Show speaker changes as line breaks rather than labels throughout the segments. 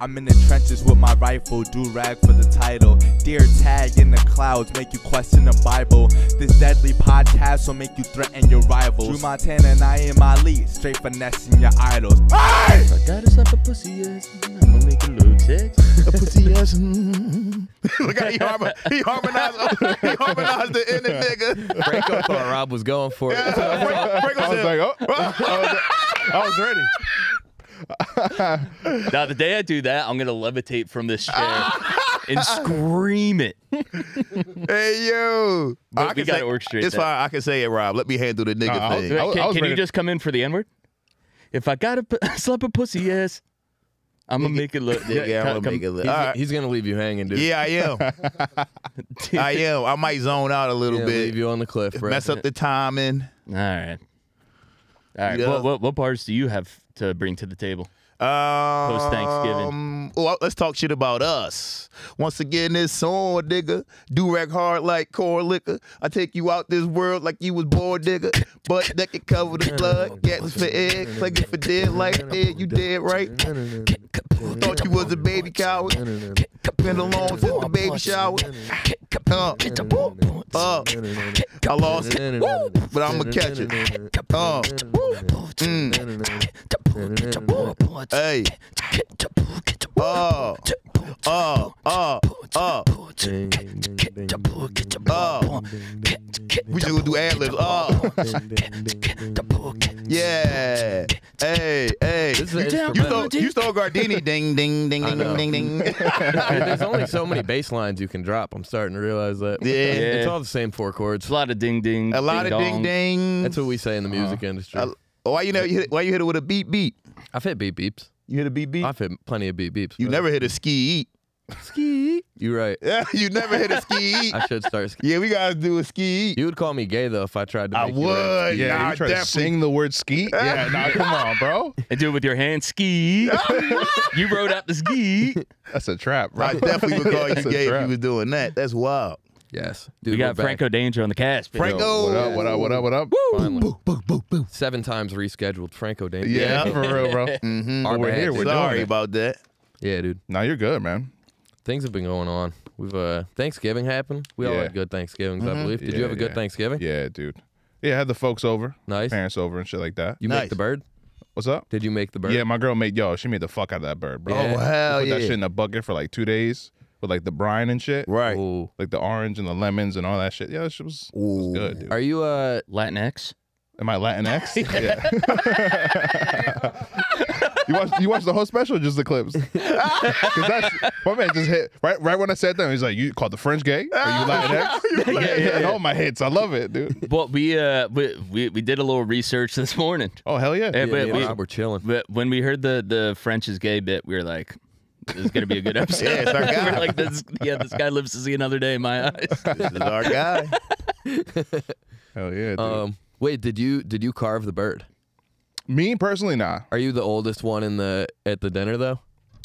I'm in the trenches with my rifle, do rag for the title. Dear tag in the clouds, make you question the Bible. This deadly podcast will make you threaten your rivals. Drew Montana and I am Ali, straight finessing your idols. Hey!
I got us up a pussy ass. I'ma make a little text. A pussy ass.
Look at he, harmon- he harmonized. oh, He harmonized the end of nigga.
Franco thought Rob was going for it.
Frank- Frank
I was
said,
like, oh, I was ready.
Now, the day I do that, I'm gonna levitate from this chair and scream it.
"Hey yo,
But
I
we gotta
can say-
orchestrate
It's
that.
fine. I can say it, Rob. Let me handle the nigga
Nah, I'll
thing.
do it. I
Can,
was- I was
can you
ready.
just come in for the N word? If I gotta p- slap a pussy ass, I'm gonna make it look.
Yeah, yeah, I'm gonna make it. look-
He's,
All right.
he's gonna leave you hanging, dude.
Yeah, I am. I am. I might zone out a little
He's gonna
bit.
leave you on the cliff, bro.
Mess up the timing.
All right. All right.
Yeah.
What, what what bars do you have to bring to the table?
Post
Thanksgiving.
Um, Well, let's talk shit about us. Once again, this song, nigga. Durag hard like core liquor. I take you out this world like you was born, nigga. But that can cover the blood. Cats for egg. Click it for dead like dead. You dead, right? Thought you was a baby coward. Been alone since the baby shower. Uh, uh, I lost it, but I'ma catch it. Uh, mm, hey. Uh, uh, uh, uh. Oh, we just gonna do ad libs. Oh, yeah. Hey, hey.
This is an
You
instrumental.
stole, you stole Gardini. Ding, ding, ding,
I
ding,
know.
ding, ding, ding.
There's only so many bass lines you can drop. I'm starting to realize that.
Yeah.
It's
Yeah.
all the same four
It's
chords.
a lot of ding ding.
A lot of ding,
dong.
ding.
That's what we say in the music industry.
Uh, why you know you hit, why you hit it with a beep beat?
I've hit beep beeps.
You hit a beep beat.
I've hit plenty of beep beeps.
You
brother.
never hit a ski eat.
ski. You're right.
Yeah, you never hit a ski eat.
I should start. ski-
Yeah, we gotta do a ski eat.
You would call me gay though if I tried to.
I
Make you rap.
would.
Yeah,
nah,
you try to
definitely.
sing the word ski? Yeah, nah, come on, bro.
And do it with your hand. Ski. you wrote out the ski.
That's a trap, bro.
I definitely would call you
That's a
gay if
trap.
you was doing that. That's wild.
Yes. Dude,
We
we're
got
back.
Franco Danger on the cast. baby.
Franco.
Yo, what up, what up, what up, what up?
Finally. Seven times rescheduled Franco Danger.
Yeah,
Yeah.
for real, bro.
Mm-hmm.
Our
But we're
bad,
here,
dude.
we're
Sorry
doing it.
about that.
Yeah, dude.
Now you're good, man.
Things have been going on. We've uh Thanksgiving happened. We all
Yeah.
had good Thanksgivings, I believe. Did you
Yeah,
have a good
yeah.
Thanksgiving?
Yeah, dude. Yeah, I had the folks over,
Nice.
parents over, and shit like that.
You
Nice.
make the bird?
What's up?
Did you make the bird?
Yeah, my girl made yo. She made the fuck out of that bird, bro.
Oh,
We
hell
put
yeah.
that shit in a bucket for like two days with like the brine and shit,
Right.
Ooh.
Like the orange and the lemons and all that shit. Yeah, that shit was, was
Ooh.
good, dude.
Are you uh
Latinx.
Am I Latinx? yeah. you watch you watch the whole special, or just the clips. 'Cause that's my man just hit right right when I said that. He's like, "You called the French gay? Are you Latinx?" yeah, yeah, All my hits, I love it, dude.
Well, we uh we, we we did a little research this morning.
Oh hell yeah.
Yeah, but
yeah,
we-
Rob, we're chilling.
But when we heard the the French is gay bit, we were like, "This is gonna be a good episode."
Yeah, it's our guy.
we're like, this, "Yeah, this guy lives to see another day." In my eyes.
This is our guy.
Hell yeah, dude.
Um wait, did you did you carve the bird?
Me personally, nah.
Are you the oldest one in the at the dinner though?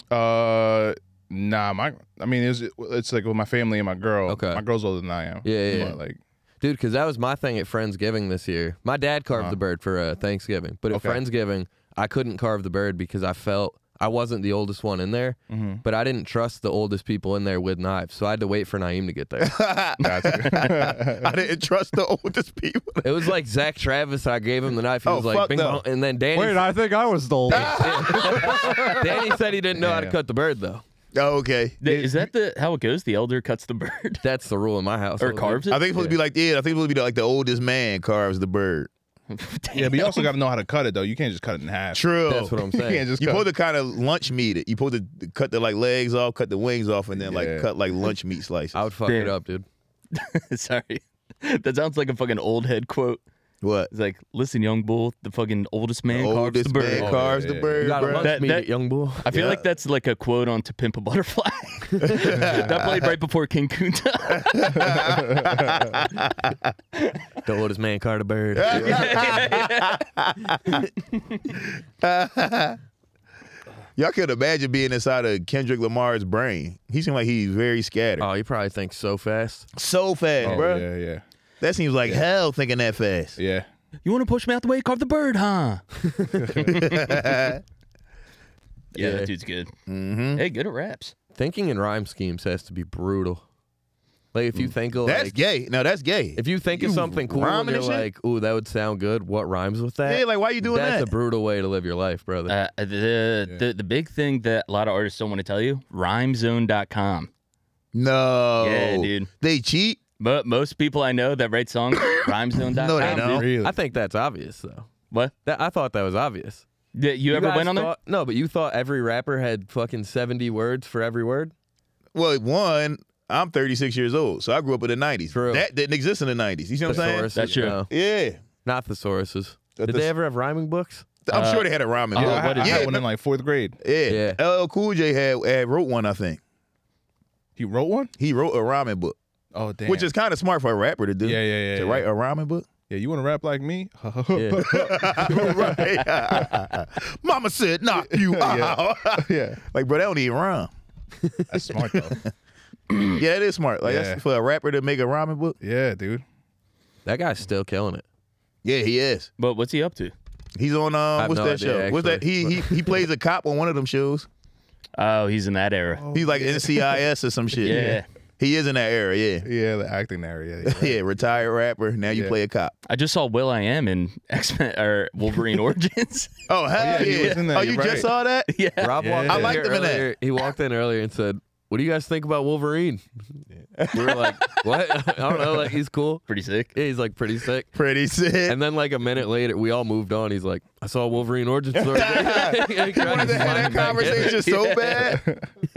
Uh, nah. My, I mean, it's it's like with my family and my girl.
Okay.
my girl's older than I am.
Yeah, yeah,
But,
yeah.
like,
Dude, because that was my thing at Friendsgiving this year. My dad carved the bird for uh, Thanksgiving, but at
Uh-huh. Okay.
Friendsgiving, I couldn't carve the bird because I felt I wasn't the oldest one in there,
Mm-hmm.
but I didn't trust the oldest people in there with knives, so I had to wait for Naeem to get there.
I didn't trust the oldest people.
it was like Zach Travis. I gave him the knife. He
Oh,
was
fuck
like, bing
no.
bong, and then Danny.
Wait, I think I was told.
Danny said he didn't know how to
Yeah.
cut the bird though.
Oh, okay.
Th- Is that the how it goes? The elder cuts the bird
That's the rule in my house.
or carves it.
I think it's supposed to be like yeah. I think it's supposed to be like the oldest man carves the bird.
yeah, but you also got to know how to cut it though. You can't just cut it in half.
True.
That's what I'm
You can't
saying.
just
you
cut.
supposed to kind of lunch meat it. You supposed to cut the like legs off, cut the wings off, and then
Yeah.
like cut like lunch meat slices.
I would fuck it
Damn.
up, dude.
Sorry, that sounds like a fucking old head quote.
what?
It's like, "Listen, young bull, the fucking oldest man carves the
oldest
bird."
man
Oh,
carves
yeah,
the
yeah.
bird.
You got
bruh.
to
That-
me,
that-
young bull.
I feel
Yeah.
like that's like a quote on To Pimp a Butterfly. that played right before King Kunta.
The oldest man carved a bird.
Y'all could imagine being inside of Kendrick Lamar's brain. He seemed like he's very scattered.
Oh, you probably think so fast.
so fast,
Oh,
bro.
yeah, yeah,
That seems like hell thinking that fast.
yeah.
you want to push me out the way? Carve the bird, huh? Yeah,
Yeah.
that dude's good.
Mm-hmm.
Hey, good at raps.
Thinking in rhyme schemes has to be brutal. Like if you think of
Mm. That's
like,
gay. No, that's gay.
if you think of
You
something cool and
rhyming
you're
and shit?
like, ooh, that would sound good. What rhymes with that?
yeah, like why you doing
That's
that?
a brutal way to live your life, brother.
Uh, the, the the big thing that a lot of artists don't want to tell you, rhymezone.com.
no.
Yeah, dude.
They cheat.
But most people I know that write songs, rhymezone.com.
No, they don't.
Really?
I think that's obvious though.
What?
That I thought that was obvious.
That you, ever
guys
went on there?
thought, No, but you thought every rapper had fucking seventy words for every word.
Well, one, I'm 36 years old, so I grew up in the 90s.
True.
That didn't exist in the 90s. You see what I'm saying?
Thesauruses,
That's true.
no.
Yeah.
not thesauruses.
That-
Did
that's-
they ever have rhyming books?
I'm
Uh,
sure they had a rhyming.
oh,
Uh-huh,
book.
Yeah, I,
what
had-
is
I
yeah,
had one in like fourth grade.
yeah. LL Cool J had, had wrote one, I think.
He wrote one.
He wrote a rhyming book,
Oh damn.
which is kind of smart for a rapper to do.
yeah, yeah, yeah.
to
yeah.
write a rhyming book.
Yeah, you want to rap like me?
Yeah.
right. Mama said, knock you out.
yeah,
like, bro, that don't even rhyme.
that's smart though.
Yeah, that is smart. Like,
Yeah.
that's for a rapper to make a rhyming book.
yeah, dude.
That guy's still killing it.
Yeah, he is.
But what's he up to?
He's on um,
have
what's
no
that
idea,
show? what's that?
actually,
He he he plays a cop on one of them shows.
Oh, he's in that era.
He's like NCIS or some shit.
Yeah.
he is in that era. Yeah,
Yeah, the acting area. Yeah,
yeah. Retired rapper. Now you
Yeah.
play a cop.
I just saw Will I Am in X Men or Wolverine Origins.
Oh hell
yeah,
yeah!
he was in that,
oh, you
you're
just
right.
saw that?
yeah.
Rob
Yeah.
walked.
I
in
liked
here
him in that.
earlier- He walked in earlier and said, "What do you guys think about Wolverine?" We were like, "What? I don't know. Like he's cool.
Pretty sick.
Yeah, he's like pretty sick."
Pretty sick.
And then like a minute later, we all moved on. He's like, "I saw Wolverine Origins." Story." he
wanted to have that conversation so bad.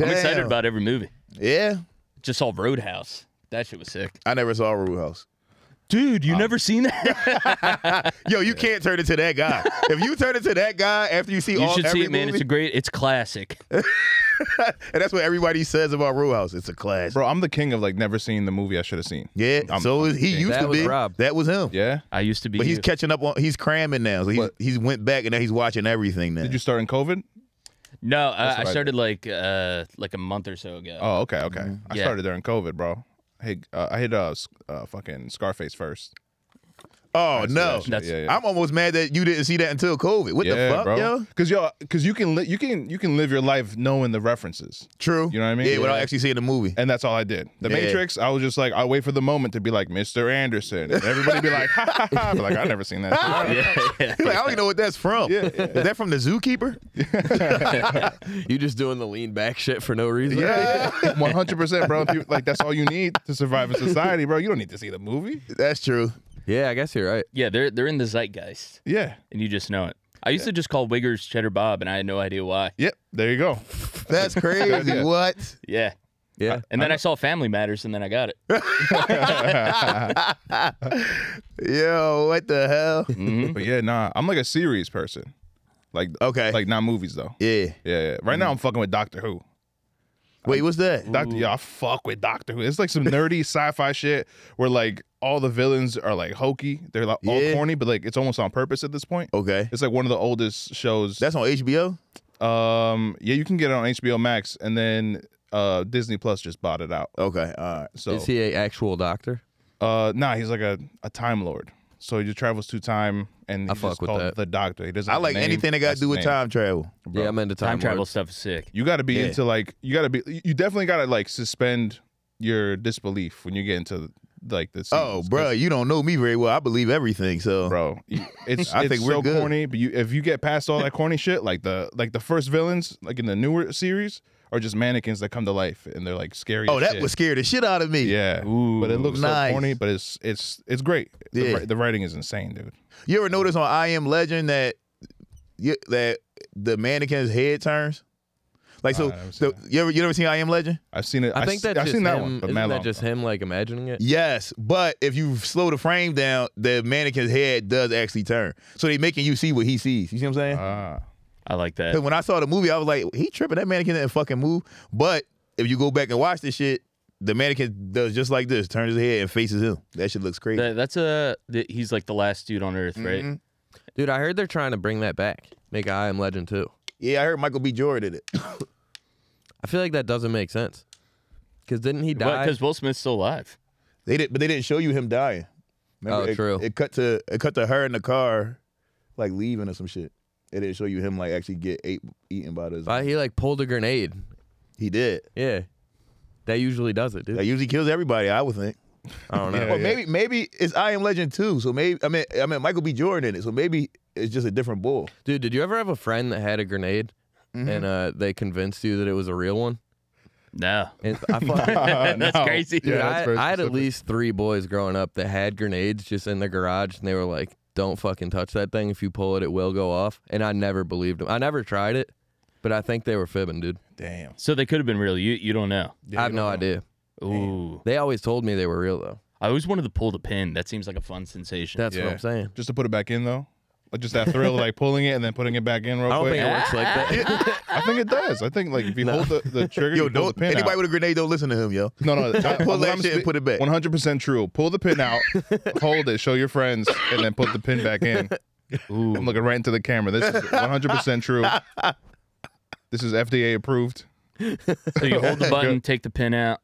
I'm excited
Damn.
about every movie.
Yeah,
Just saw Roadhouse. That shit was sick. Uh,
I never saw Roadhouse.
Dude, you never seen that?
Yo, you can't turn into that guy. if you turn into that guy after you see
you
all
should
every
see it, man.
movie,
It's a great. It's classic.
and that's what everybody says about Roadhouse. It's a class.
Bro, I'm the king of like never seeing the movie I should have seen.
yeah,
I'm-
so is- he used
That
to
was
be.
Rob.
That was him.
Yeah.
I used to be.
But he's
you.
catching up on. He's cramming now. So he's,
What?
he's went back and now he's watching everything now.
Did you start in COVID?
no, I,
what
I
I did.
started like uh like a month or so ago.
Oh, okay, okay. I
Mm-hmm.
Yeah.
started during COVID, bro. Hey, uh, I hit uh, s- uh fucking Scarface first.
oh no!
That shit, yeah, yeah.
I'm almost mad that you didn't see that until COVID. What
yeah,
the fuck,
bro.
yo?
Cause yo, cause you can li- you can you can live your life knowing the references,
True.
You know what I mean?
Yeah, without
Yeah.
actually seeing the movie.
and that's all I did. The
Yeah.
Matrix, I was just like, I wait for the moment to be like Mr. Anderson, and everybody be like, ha ha ha, Be like I never seen that. shit.
Yeah, yeah.
Like, I don't even know what that's from. Is that from the Zookeeper?
You just doing the lean back shit for no reason.
Yeah, one hundred percent, bro. People- Like that's all you need to survive in society, bro. You don't need to see the movie.
That's true.
Yeah, I guess you're right.
yeah. They're they're in the zeitgeist,
Yeah.
and you just know it. I used to just call Wiggers Cheddar Bob, and I had no idea why.
Yep. There you go.
That's crazy.
idea.
What?
Yeah.
Yeah.
Uh,
And then I, saw Family Matters, and then I got it.
Yo, what the hell?
Mm-hmm.
Mhm.
But yeah, nah. I'm like a series person. Like
Okay.
like not movies though.
yeah.
Yeah, yeah. Right
Mm-hmm.
now I'm fucking with Doctor Who.
Wait, what's that?
Doctor, yeah, I fuck with Doctor Who. It's like some nerdy sci-fi shit where like all the villains are like hokey. They're like all
Yeah.
corny, but like it's almost on purpose at this point.
Okay.
It's like one of the oldest shows.
That's on HBO?
um, yeah, you can get it on HBO Max, and then uh Disney Plus just bought it out.
Okay. All right.
So
Is he a actual doctor?
uh, nah, he's like a, a time lord. So he just travels through time, and
I
he's
fuck
just
with
called
that.
the Doctor. He doesn't.
I
have a
like
name,
anything that got
that's
to do with
his name.
time travel.
Yeah, I'm into
Time
time,
travel
lords.
stuff is sick.
You got to be
Yeah.
into like you got to be. You definitely got to like suspend your disbelief when you get into like this.
Oh, bro, you don't know me very well. I believe everything. So,
bro. you- It's
I
it's
think we're
so
good.
corny, but you if you get past all that corny shit, like the like the first villains, like in the newer series, are just mannequins that come to life and they're like scary.
oh,
as
that
shit.
would scare the shit out of me.
yeah. but it looks
nice.
so corny, but it's it's it's great. The,
Yeah.
wri- the writing is insane, dude.
You ever notice on I Am Legend that you, that the mannequin's head turns? Like so,
I haven't
so
seen
you ever you ever seen I Am Legend?
I've seen it.
I think
s-
that's
I've
just
seen that
him.
one, but
Isn't
mad
that
long
just
ago.
him like imagining it?
Yes, but if you slow the frame down, the mannequin's head does actually turn. So they making you see what he sees. You see what I'm saying?
Ah,
I like that.
Because when I saw the movie, I was like, he tripping. That mannequin didn't fucking move. But if you go back and watch this shit, the mannequin does just like this, turns his head and faces him. That shit looks crazy.
That- that's a that he's like the last dude on Earth, right?
Dude, I heard they're trying to bring that back. Make I Am Legend too.
yeah, I heard Michael B. Jordan did it.
I feel like that doesn't make sense. Because didn't he die?
Because Will Smith's still alive.
They did, but they didn't show you him dying.
Oh,
it,
true.
It cut to it cut to her in the car, like leaving or some shit. It didn't show you him like actually get ate eaten by the.
Uh, he like pulled a grenade.
He did.
Yeah, that usually does it, dude.
That usually kills everybody. I would think.
I don't know.
Yeah,
Well, maybe maybe it's I Am Legend too. So maybe I mean I mean Michael B. Jordan in it. So maybe it's just a different bull.
Dude, did you ever have a friend that had a grenade
Mm-hmm.
and uh, they convinced you that it was a real one?
No.
And I fuck-
That's
No.
crazy.
Dude,
Yeah, that's very
I, I had at
specific.
least three boys growing up that had grenades just in their garage, and they were like, "Don't fucking touch that thing. If you pull it, it will go off." And I never believed them. I never tried it, but I think they were fibbing, dude.
Damn.
So they could have been real. You you don't know.
I have no idea.
Ooh.
They always told me they were real though.
I always wanted to pull the pin. That seems like a fun sensation.
That's
Yeah.
what I'm saying.
Just to put it back in though. Like just that thrill of like pulling it and then putting it back in real
I don't
quick.
think it works like that.
I think it does. I think like if you hold the, the trigger,
Yo,
you pull
don't
the pin
anybody
out.
with a grenade don't listen to him, yo.
No, no. That,
Pull that shit and put it back.
One hundred percent true. Pull the pin out, hold it, show your friends, and then put the pin back in.
Ooh.
I'm looking right into the camera. This is one hundred percent true. This is FDA approved.
So you hold the button, take the pin out,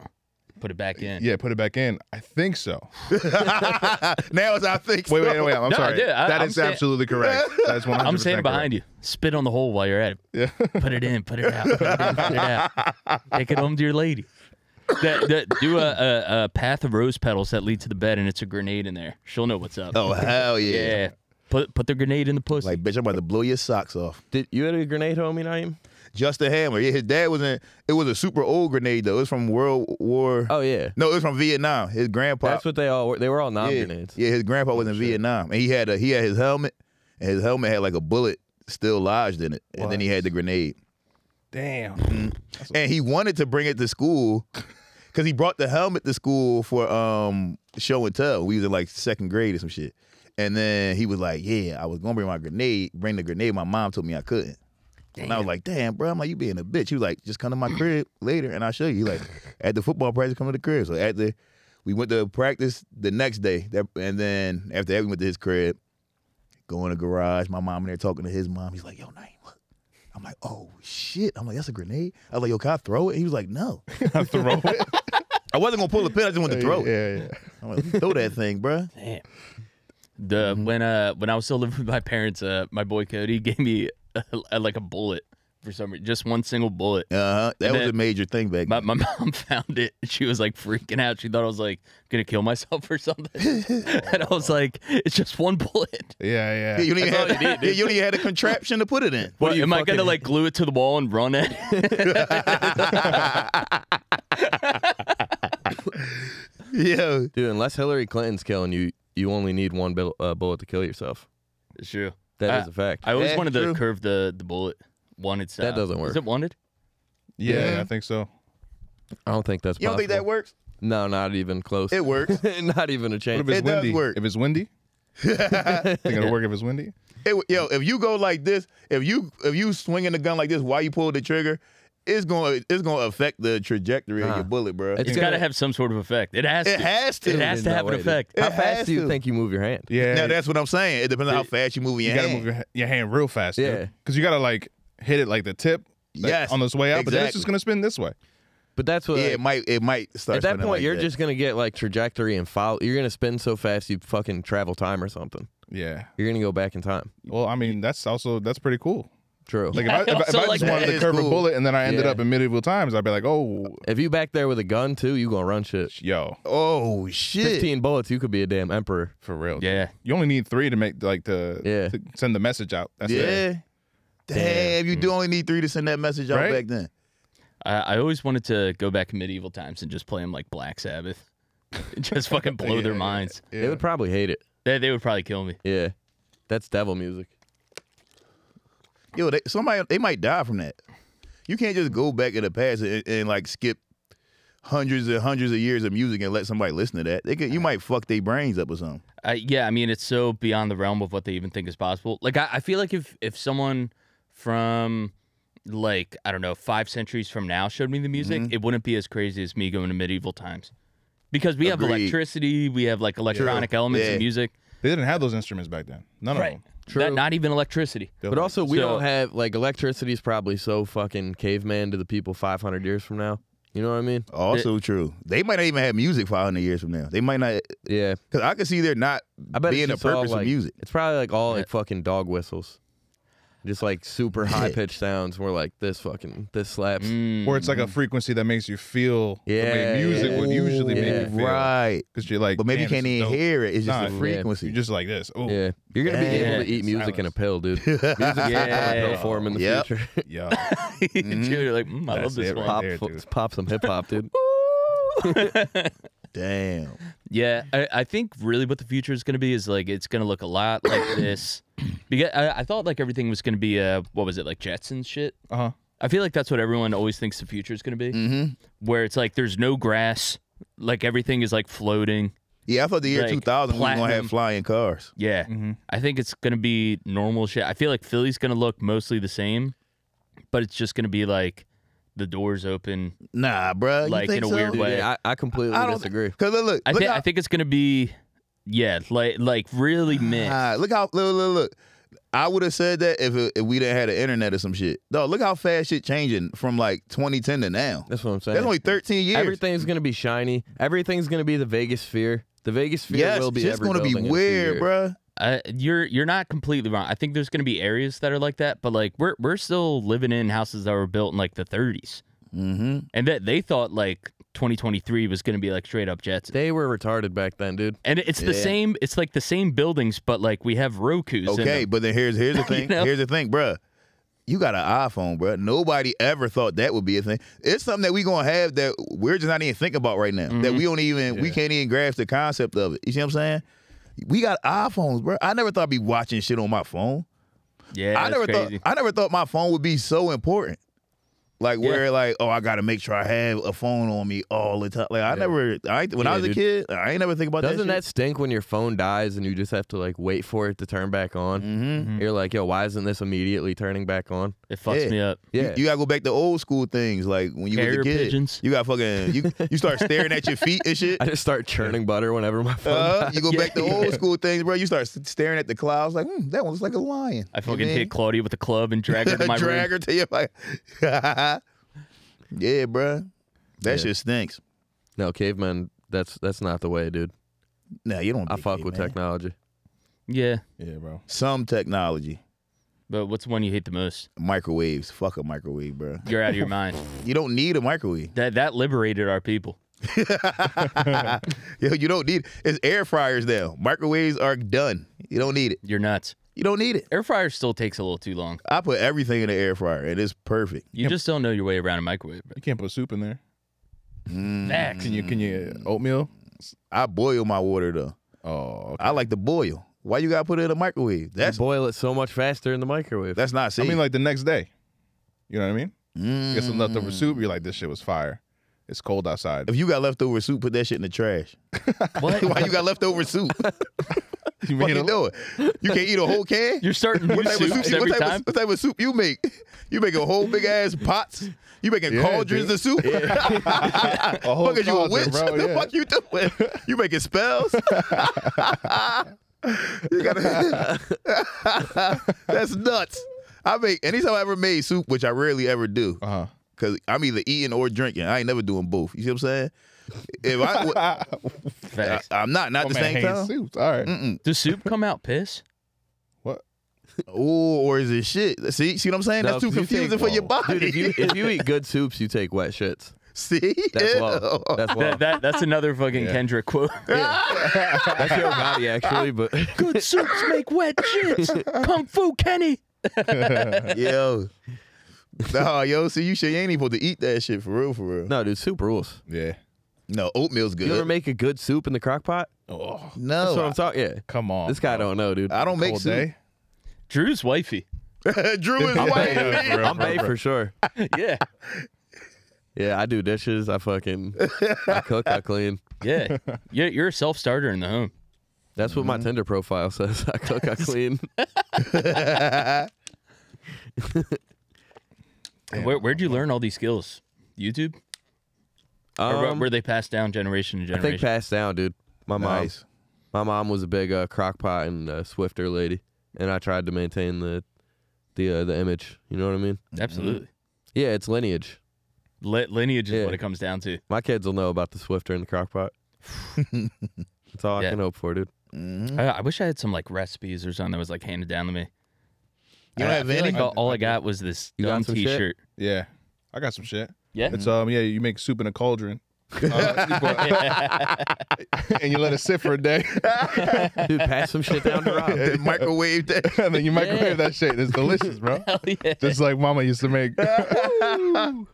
put it back in.
Yeah, put it back in. I think so.
now it's I think. so.
Wait, wait, wait. I'm
No,
sorry.
dude, I-
That
I'm
is
saying-
absolutely correct. That's one hundred.
I'm standing behind you. Spit on the hole while you're at it.
Yeah.
Put it in. Put it out. Put it in. Put it out. Take it home to your lady. That, that, do a, a, a path of rose petals that lead to the bed, and it's a grenade in there. She'll know what's up.
Oh hell yeah.
yeah. Put put the grenade in the pussy.
Like bitch, I'm about to blow your socks off.
Did you had a grenade, homie? Naeem?
Just a hammer. Yeah, his dad was in. It was a super old grenade though. It was from World War.
Oh yeah,
No, it was from Vietnam. His grandpa.
that's what they all were. They were all non
yeah,
grenades.
yeah, his grandpa was in Vietnam, and he had a, he had his helmet, and his helmet had like a bullet still lodged in it, and then he had the grenade. Mm.
Damn.
and he wanted to bring it to school because he brought the helmet to school for um show and tell. We was in like second grade or some shit, and then he was like, "Yeah, I was gonna bring my grenade, bring the grenade." My mom told me I couldn't, and I was like, "Damn, bro, I'm like you being a bitch." He was like, "Just come to my crib later, and I'll show you." He like at the football practice, come to the crib. So at the we went to practice the next day, that, and then after that we went to his crib. Go in the garage. My mom in there talking to his mom. He's like, "Yo, Naeem, look." I'm like, "Oh shit!" I'm like, "That's a grenade." I was like, "Yo, can I throw it?" He was like, "No."
Throw it.
I wasn't gonna pull the pin. I just wanted to throw it.
Yeah, yeah.
I'm like, throw that thing, bruh.
Damn. The
mm-hmm.
when uh when I was still living with my parents, uh my boy Cody gave me a, like a bullet for some reason, just one single bullet.
Uh huh. That
And
was
then-
a major thing back
My
then.
my mom found it. She was like freaking out. She thought I was like gonna kill myself or something. and I was like, it's just one bullet.
Yeah,
Yeah,
yeah.
you don't even
That's all
have,
you need,
yeah, you don't even had a contraption to put it in.
What,
do you
am I gonna
fucking-
like glue it to the wall and run it?
Yeah.
Dude, unless Hillary Clinton's killing you, you only need one bill, uh, bullet to kill yourself.
it's true.
That is
I-
a fact.
I always
Yeah,
wanted
true.
to curve the the bullet. Wanted sound.
Eh, doesn't work.
Is it wanted?
Yeah,
Yeah.
I think so.
I don't think that's.
You don't think that
possible.
works?
No, not even close.
It works.
not even a
What
chance.
if it's
It does
windy?
work.
If it's windy, think it'll work if it's windy.
It, w- yo, if you go like this, if you if you swinging the gun like this while you pull the trigger, it's going to it's going to affect the trajectory of
Nah.
your bullet, bruh.
It's
It's
gonna-
gotta have some sort of effect. It has
It
to.
has to.
It has to
No
have
way,
an
dude.
effect.
It
How fast
has
do you
to.
think you move your hand?
Yeah.
Now that's what I'm saying. It depends on how fast you move your
you gotta
hand.
move your, ha- your hand real fast,
Yeah.
Because you gotta like hit it like the tip, like,
Yes,
on this way out. But then it's
exactly.
just gonna spin this way.
But that's what.
yeah, it might it might start
at that
spinning
point,
like
you're
that.
just gonna get like trajectory and follow. You're gonna spin so fast you fucking travel time or something.
Yeah.
You're gonna go back in time.
Well, I mean, that's also that's pretty cool.
True.
Like if I, if, I- if
Also
I
like
just wanted
that
to
is
curve a
cool.
bullet and then I ended
Yeah.
up in medieval times, I'd be like, oh,
if you back there with a gun too, you gonna run shit.
yo,
Oh shit.
Fifteen bullets, you could be a damn emperor.
for real. dude.
Yeah.
You only need three to make like to,
Yeah.
to send the message out. That's it.
Yeah. Damn, you do only need three to send that message out
Right?
back then.
I, I always wanted to go back in medieval times and just play them like Black Sabbath. just fucking blow their minds.
They would probably hate it.
They, they would probably kill me.
Yeah, that's devil music.
Yo, they, somebody they might die from that. You can't just go back in the past and, and like skip hundreds and hundreds of years of music and let somebody listen to that. They could, you might fuck their brains up or something.
I, yeah, I mean, it's so beyond the realm of what they even think is possible. Like, I, I feel like if, if someone from, like, I don't know, five centuries from now showed me the music, it wouldn't be as crazy as me going to medieval times. Because we have
Agreed.
electricity, we have, like, electronic elements
Yeah.
in music.
They didn't have those instruments back then. None
Right.
of them.
True. Not, not even electricity.
But also, we
So-
don't have like electricity's probably so fucking caveman to the people 500 years from now. You know what I mean?
Also true. They might not even have music 500 years from now. They might not,
Yeah.
because I could see there not
I bet
being
it's
a
just all,
purpose
like,
of music.
It's probably like all like fucking dog whistles. Just like super high pitched sounds. We're like this fucking this slaps.
Mm.
Where it's like a frequency that makes you feel the
Yeah,
way music would usually
yeah.
make you feel.
Right.
Because you're like,
But maybe you
"Damn,
can't
this is
even
dope."
hear it. It's just
Nah,
the
yeah.
frequency.
You're just like this. Oh, yeah.
Yeah, you're gonna be able
Yeah.
to eat music in a
Silence.
pill, dude. Music
Yeah.
yeah. form in the
Yep.
future.
Dude, you're like, mm, I love
That's
this
it right
one.
pop,
there,
fo-
dude.
pop some hip hop, dude.
Damn.
Yeah, I, I think really what the future is going to be is like it's going to look a lot like this. Because I, I thought like everything was going to be uh what was it like Jetsons shit.
Uh
Uh-huh.
huh.
I feel like that's what everyone always thinks the future is going to be,
Mhm.
where it's like there's no grass, like everything is like floating.
Yeah, I thought the year
Like,
2000 we was gonna
platinum.
have flying cars.
Yeah,
Mm-hmm.
I think it's going to be normal shit. I feel like Philly's going to look mostly the same, but it's just going to be like the doors open.
Nah, bruh. you
Like,
think
in a
so?
weird
Dude,
way.
yeah, I, I completely
I don't
disagree.
Cause look, look,
I
look
think
how-
I think it's going to be, yeah, like like really mixed.
Ah, look how look look look. I would have said that if, it, if we didn't had the internet or some shit. No, look how fast shit changing from like 2010 to now.
That's what I'm saying.
That's only 13 years.
Everything's gonna be shiny. Everything's gonna be the Vegas sphere. The Vegas sphere
yes,
will be.
shit's
every
gonna be
building in a few
weird,
years.
bruh.
Uh, you're you're not completely wrong. I think there's going to be areas that are like that, but like we're we're still living in houses that were built in like the 30s,
Mm-hmm.
and that they thought like 2023 was going to be like straight up jets.
They were retarded back then, dude.
And it's the
Yeah.
same. It's like the same buildings, but like we have Roku's. in
Okay,
them.
but then here's here's the thing.
know?
Here's the thing, bruh. You got an iPhone, bruh. Nobody ever thought that would be a thing. It's something that we gonna have that we're just not even thinking about right now. That
Mm-hmm.
we don't even we can't even grasp the concept of it. You see what I'm saying? We got iPhones, bruh. I never thought I'd be watching shit on my phone.
yeah,
I
it's
never
crazy.
thought I never thought my phone would be so important. Like where like oh I gotta make sure I have a phone on me all the time. Like I never I ain't- when I
Yeah,
was a
dude.
kid I ain't never think about
Doesn't
that.
that stink when your phone dies and you just have to like wait for it to turn back on?
Mhm.
You're like, yo, why isn't this immediately turning back on?
It fucks
Yeah.
me up.
shit.
Yeah,
You, you gotta go back to old school things like when you
Carrier
was a kid.
pigeons.
You got fucking you you start staring at your feet and shit.
I just start churning butter whenever my phone.
Uh,
dies.
you go back to old school things, bro. You start s- staring at the clouds like hmm, that one looks like a lion.
I
You
fucking
mean?
hit Claudia with a club and drag her to my
drag
room.
her to you like yeah, bro. That shit stinks.
No, cavemen. That's that's not the way, dude.
Nah, you don't.
I
dig
fuck
it,
with
man.
technology.
Yeah,
Yeah, bro.
Some technology.
but what's the one you hate the most?
microwaves. Fuck a microwave, bro.
You're out of your mind.
You don't need a microwave.
That that liberated our people.
Yo, you don't need it's air fryers now. Microwaves are done. You don't need it.
You're nuts.
You don't need it.
Air fryer still takes a little too long.
I put everything in the air fryer and it's perfect.
You just don't know your way around a microwave.
You can't put soup in there.
Mm.
Facts.
Can you? Can you uh, oatmeal?
I boil my water though.
Oh, okay.
I like to boil. Why you gotta put it in a microwave?
You
That's
boil it so much faster in the microwave.
that's not safe.
I mean, like the next day. You know what I mean?
Mm.
You get some leftover soup. You're like, this shit was fire. It's cold outside.
if you got leftover soup, put that shit in the trash.
What?
Why you got leftover soup? what you
You made a-
doing? You can't eat a whole can.
You're starting new
What type, of
soups
soup, what,
every
type
time.
Of, what type of soup you make? You making whole big ass pots? You making
Yeah,
cauldrons
dude.
of soup?
a whole
fuck is you a
closet,
witch?
bro,
the
yeah.
fuck you doing? You making spells? you gotta. That's nuts. I make anytime I ever made soup, which I rarely ever do,
Uh-huh.
because I'm either eating or drinking. I ain't never doing both. You see what I'm saying? If I,
Ah,
Facts.
I am not not
my
the
Oh, man
same
hates
time. Mm.
soups. All right.
Does soup come out piss?
What?
Ooh, or is it shit? See, see what I'm saying?
No,
That's too
'cause you
confusing
take-
for your
Whoa.
body.
Dude, if you if you eat good soups, you take wet shits.
see,
That's
Ew.
low. That's low.
That, that that's another fucking Kendrick quote.
That's your body actually, but
Good soups make wet shits. Kung Fu Kenny.
yo. Nah, yo, see, you shit, you ain't even supposed to eat that shit for real, for real. No,
no, dude, soup rules.
Yeah.
oatmeal's
You ever
good.
make a good soup in the crock pot?
Oh,
That's what
no,
I'm talking. Yeah,
come on.
this guy don't know, dude.
I don't make
Cold
soup.
day.
Drew's wifey.
Drew is
I'm
white.
bad. Yeah, for real,
I'm
for real,
bae
for
for sure.
Yeah.
Yeah, I do dishes. I fucking I cook. I clean.
Yeah. You're, you're a self starter in the home.
That's what my
Mm-hmm.
Tinder profile says. I cook. I clean.
Where, where'd you learn all these skills? YouTube? or were-
Um,
were they passed down generation to
I
generation?
think passed down, dude. My mom.
Nice.
My mom was a big uh, crock pot and uh, Swifter lady, and I tried to maintain the the uh, the image. You know what I mean?
Absolutely.
Yeah, it's lineage.
Li- lineage is
Yeah.
what it comes down to.
My kids will know about the Swifter and the crock pot. That's all
Yeah. Mm-hmm.
I can hope for, dude.
I, I wish I had some like recipes or something that was like handed down to me.
You don't have
I feel
any?
like all, all I got was this
You got
dumb
some shit?
T-shirt.
Yeah, I got some shit.
Yeah.
It's um yeah, you make soup in a cauldron.
Oh,
Uh, you put- and you let it sit for a day,
Dude, pass some shit down to Rob.
They microwave that.
and then you microwave that shit. It's delicious, bro.
yeah.
Just like Mama used to make. no,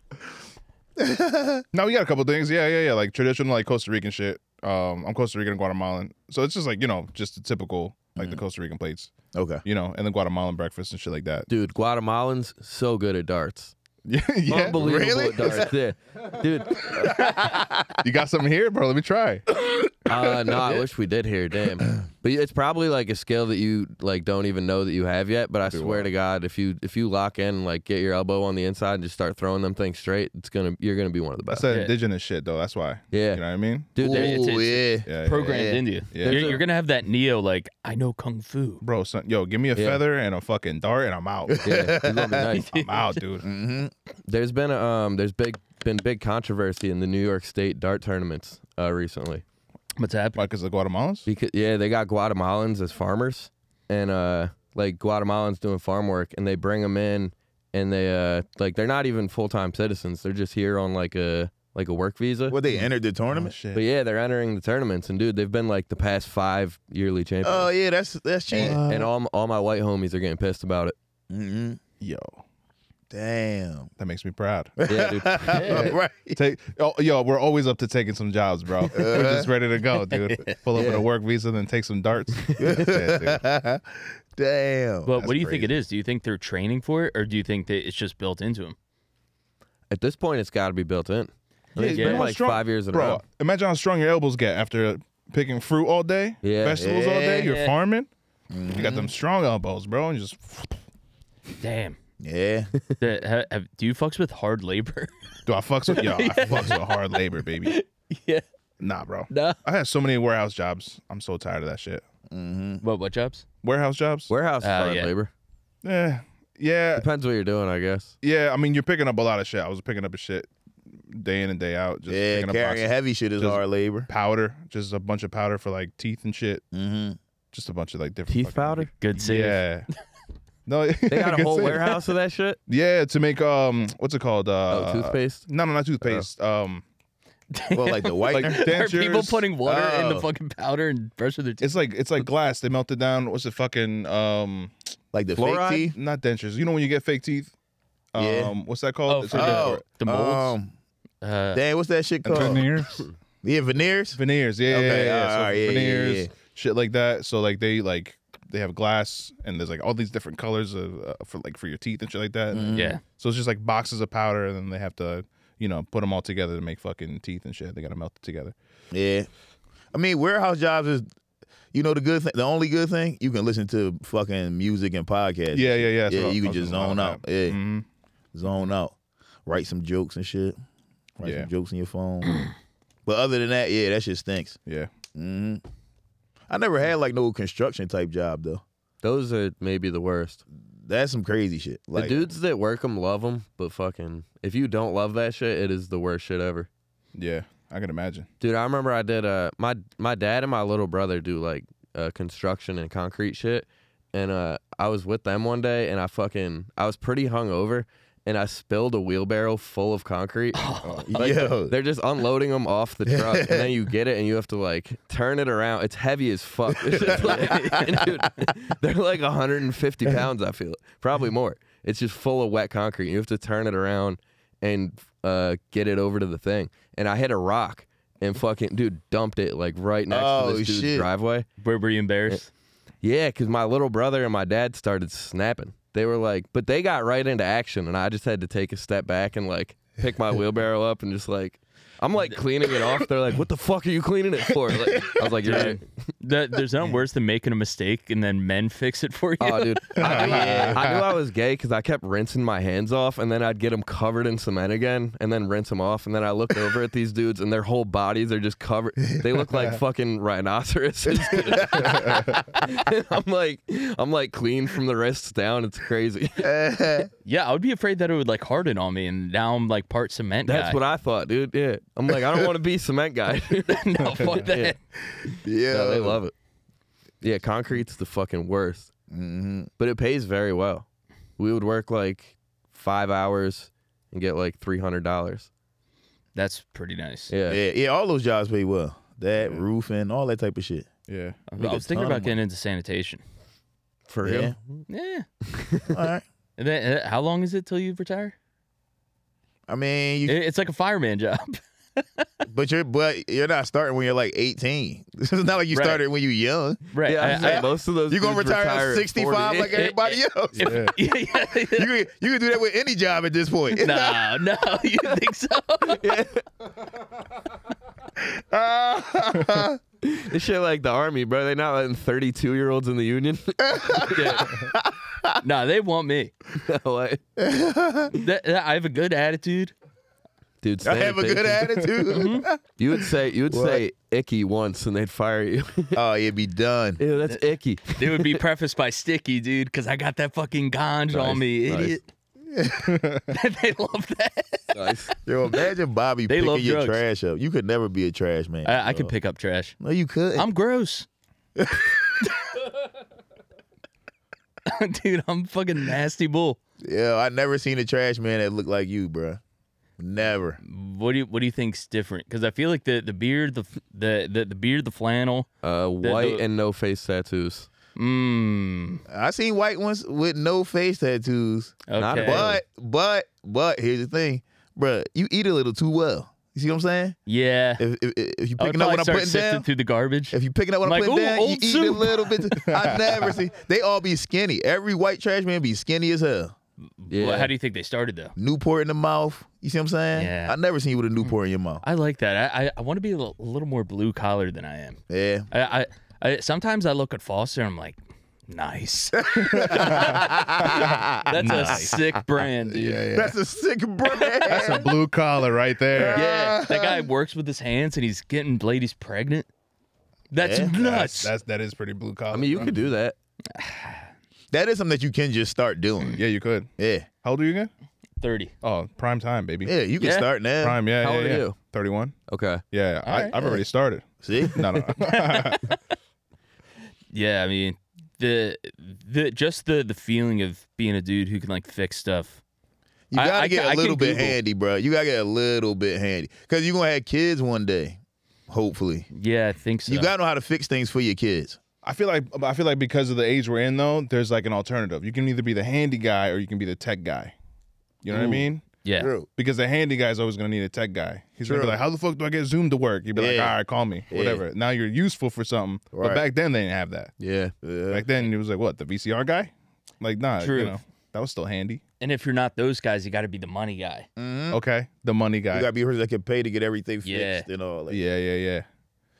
we got a couple things. Yeah, yeah, yeah. Like traditional, like Costa Rican shit. Um, I'm Costa Rican and Guatemalan, so it's just like you know, just the typical like the Costa Rican plates,
Okay.
you know, and then Guatemalan breakfast and shit like that.
Dude, Guatemalans so good at darts.
yeah, yeah.
Unbelievable
really?
at darts. Yeah. Dude,
you got something here, bro? Let me try.
uh, no, I wish we did here. Damn, but it's probably like a skill that you like don't even know that you have yet. But I swear to God, if you if you lock in, like get your elbow on the inside and just start throwing them things straight, it's gonna you're gonna be one of the
That's
best.
that indigenous shit, though. That's why.
Yeah.
you know what I mean.
Dude, there-
it's-
Ooh, yeah.
Yeah, yeah,
Programmed
yeah.
into you.
Yeah.
You're, you're gonna have that neo like I know kung fu.
Bro, son, yo, give me a
Yeah.
feather and a fucking dart, and I'm out.
yeah, you're gonna be nice.
I'm out, dude.
Mm-hmm.
There's been a, um, there's big been big controversy in the New York State dart tournaments uh, recently.
What's happening?
Like, cause the Guatemalans?
Because yeah, they got Guatemalans as farmers, and uh, like Guatemalans doing farm work, and they bring them in, and they uh, like they're not even full time citizens. They're just here on like a like a work visa.
Well, they entered the tournament.
But yeah, they're entering the tournaments, and dude, they've been like the past five yearly champions.
Oh yeah, that's that's cheating.
and, and all m- all my white homies are getting pissed about it.
mm-hmm.
Yo,
Damn.
that makes me proud.
Yeah, dude.
right.
Take, oh, yo, we're always up to taking some jobs, bro. We're just ready to go, dude. Pull up in a work visa, then take some darts. That's it, dude.
Damn.
But what do you think it is? Do you think they're training for it, or do you think that it's just built into them?
At this point, it's got to be built in. I think it's
Yeah.
been
How
like
strong-
five years in a
Bro,
row.
imagine how strong your elbows get after picking fruit all day,
Yeah. Mm-hmm.
vegetables all day. You're
Yeah.
farming. You got them strong elbows, bro, and just.
Damn.
Yeah.
That- ha- have- do you fucks with hard labor?
Do I fucks with yo? I fucks with hard labor, baby.
yeah.
Nah, bro.
No.
I had so many warehouse jobs. I'm so tired of that shit.
What? What jobs?
Warehouse jobs?
Warehouse is
Oh,
hard
yeah.
labor.
Yeah, yeah,
Depends what you're doing, I guess.
yeah. I mean, you're picking up a lot of shit. I was picking up a shit day in and day out. Just
Yeah.
picking up
Carrying
boxes.
heavy shit is
Just-
hard labor.
powder, just a bunch of powder for like teeth and shit.
Mm-hmm.
Just a bunch of like different
Teeth
fucking-
powder.
Good save.
Yeah. No,
They got a whole warehouse of that shit.
Yeah, to make um, what's it called?
Oh,
Uh,
toothpaste.
No, no, not toothpaste.
Oh.
Um,
Well, like the white.
like
Are people
dentures.
putting water in the
Oh.
fucking powder and brushing their teeth?
It's like it's like glass. They melt it down. What's the fucking um?
Like the
Fluoride?
fake teeth.
Not dentures. You know when you get fake teeth. Um,
Yeah.
what's that called?
for
like
the-
a-
Oh,
the molds?
Um,
Uh,
dang, what's that shit called?
veneers.
Yeah, veneers.
Veneers, yeah,
Okay,
yeah, yeah, yeah. So
alright, yeah, yeah,
veneers,
yeah.
shit like that. So like they like they have glass and there's like all these different colors of uh, for like for your teeth and shit like that.
yeah.
So it's just like boxes of powder, and then they have to you know put them all together to make fucking teeth and shit. They gotta melt it together.
Yeah. I mean, warehouse jobs is, you know, the good thing. The only good thing you can listen to fucking music and podcasts.
Yeah, yeah, yeah. that's
Yeah,
what I
you can
was
just
talking
zone
about,
out. Yeah,
Mhm.
zone out. Write some jokes and shit. Write
Yeah.
some jokes in your phone. but other than that, yeah, that shit stinks.
Yeah.
hmm I never had like no construction type job though.
Those are maybe the worst.
That's some crazy shit. Like,
the dudes that work them love them, but fucking, if you don't love that shit, it is the worst shit ever.
Yeah. I can imagine.
Dude, I remember I did uh my my dad and my little brother do like uh construction and concrete shit. And uh I was with them one day and I fucking I was pretty hungover and I spilled a wheelbarrow full of concrete. Like,
uh, yo,
They're just unloading them off the truck and then you get it and you have to like turn it around. It's heavy as fuck. It's just like, and dude, they're like 150 pounds, I feel. Probably more. It's just full of wet concrete. You have to turn it around and uh, get it over to the thing. And I hit a rock and fucking dude dumped it like right next
Oh,
to this dude's
shit.
driveway.
Were, were you embarrassed?
Yeah, because my little brother and my dad started snapping. They were like, but they got right into action, and I just had to take a step back and like pick my wheelbarrow up and just like, I'm like cleaning it off. They're like, what the fuck are you cleaning it for? Like, I was like, you're right.
Th- there's nothing worse than making a mistake and then men fix it for you.
Oh, dude. I knew, I, knew I was gay because I kept rinsing my hands off, and then I'd get them covered in cement again, and then rinse them off. And then I looked over at these dudes, and their whole bodies are just covered. They look like fucking rhinoceroses. dude. And I'm like, I'm like clean from the wrists down. It's crazy.
Yeah, I would be afraid that it would like harden on me, and now I'm like part cement
That's
guy.
what I thought, dude. Yeah, I'm like, I don't want to be cement guy.
no, fuck that.
Yeah.
yeah,
No, they love it. Yeah, concrete's the fucking worst,
hmm
but it pays very well. We would work like five hours and get like three hundred dollars.
That's pretty nice.
Yeah.
Yeah, yeah, all those jobs pay well. That roofing, all that type of shit.
Yeah.
I
Make a
was thinking
ton of
about getting into sanitation.
for real.
Yeah.
Yeah.
all right.
And then, uh, how long is it till you retire?
I mean,
It-
you,
It's like a fireman job.
but you're but you're not starting when you're like 18. it's not like you
Right.
started when you were young.
Right.
Yeah, I was
I- I-
saying, most of those
You gonna
dudes
retire,
retire
at
at
65
40.
like everybody else?
if-
Yeah.
yeah, yeah,
you can you can do that with any job at this point.
No, no, you think so?
This shit like the army, bro. They not letting thirty-two year olds in the union.
no, they want me.
like,
That- that- I have a good attitude.
dude,
I have a good
sanitation.
attitude.
Mm-hmm.
You would say you would
What?
say icky once, and they'd fire you.
oh, you'd be done.
Ew, that's icky.
It would be prefaced by sticky, dude, because I got that fucking ganj on
Nice,
me,
nice.
idiot. they love that.
Nice.
Yo, imagine Bobby
They love
picking your
drugs.
trash up. You could never be a trash man.
I, I could
bro.
pick up trash.
No, you could.
I'm gross. Dude, I'm fucking nasty bull.
yeah, I never seen a trash man that looked like you, bruh. Never.
What do you what do you think's different? Because I feel like the the beard, the f- the the, the beard, the flannel.
Uh, white
the-
and no face tattoos.
Mmm.
I seen white ones with no face tattoos.
Not a
Okay.
bug.
But but but here's the thing, bruh. You eat a little too well. You see what I'm saying?
Yeah.
If if, if you
I would
picking
probably
up what I'm
start
putting
sifting
down.
through the garbage.
If you picking up what
Like,
I'm putting
ooh,
down, you
old
eat a
soup.
little bit. I never see. They all be skinny. Every white trash man be skinny as hell.
Yeah.
Well, how do you think they started though?
Newport in the mouth. You see what I'm saying?
Yeah.
I never seen you with a Newport in your mouth.
I like that. I I, I want to be a little, a little more blue collar than I am.
Yeah.
I, I I sometimes I look at Foster and I'm like, nice. That's a sick brand, dude.
Yeah. Yeah.
That's a sick brand.
That's a blue collar right there.
Yeah, that guy works with his hands and he's getting ladies pregnant. That's
Yeah,
nuts.
That's that is pretty blue collar.
I mean, you could do that.
that is something that you can just start doing.
Yeah, you could.
Yeah.
How old are you again?
30.
Oh, prime time, baby.
Yeah, you can
Yeah.
start now.
Prime. Yeah.
How
yeah,
old are
yeah.
you?
Thirty-one.
Okay.
Yeah. I,
right.
I've already started.
See?
No, no.
Yeah, I mean, the the just the the feeling of being a dude who can like fix stuff.
You
I-
gotta
I
get
ca- I
a
can
little bit
Google.
handy, bro. You gotta get a little bit handy. Cause you're gonna have kids one day, hopefully.
Yeah, I think so.
You gotta know how to fix things for your kids.
I feel like I feel like because of the age we're in though, there's like an alternative. You can either be the handy guy or you can be the tech guy. You know what I mean?
yeah.
True.
Because the handy guy's always gonna need a tech guy. He's gonna be
True.
like, "How the fuck do I get Zoom to work?" You'd be like,
Yeah.
"All right, call me, whatever." Now you're useful for something. But
Right.
back then they didn't have that.
Yeah.
Yeah.
Back then it was like, "What the VCR guy?" Like, nah,
True.
you know, that was still handy.
And if you're not those guys, you got to be the money guy.
Okay, the money guy.
You gotta be a person that can pay to get everything fixed
Yeah.
and all that.
yeah, yeah, yeah.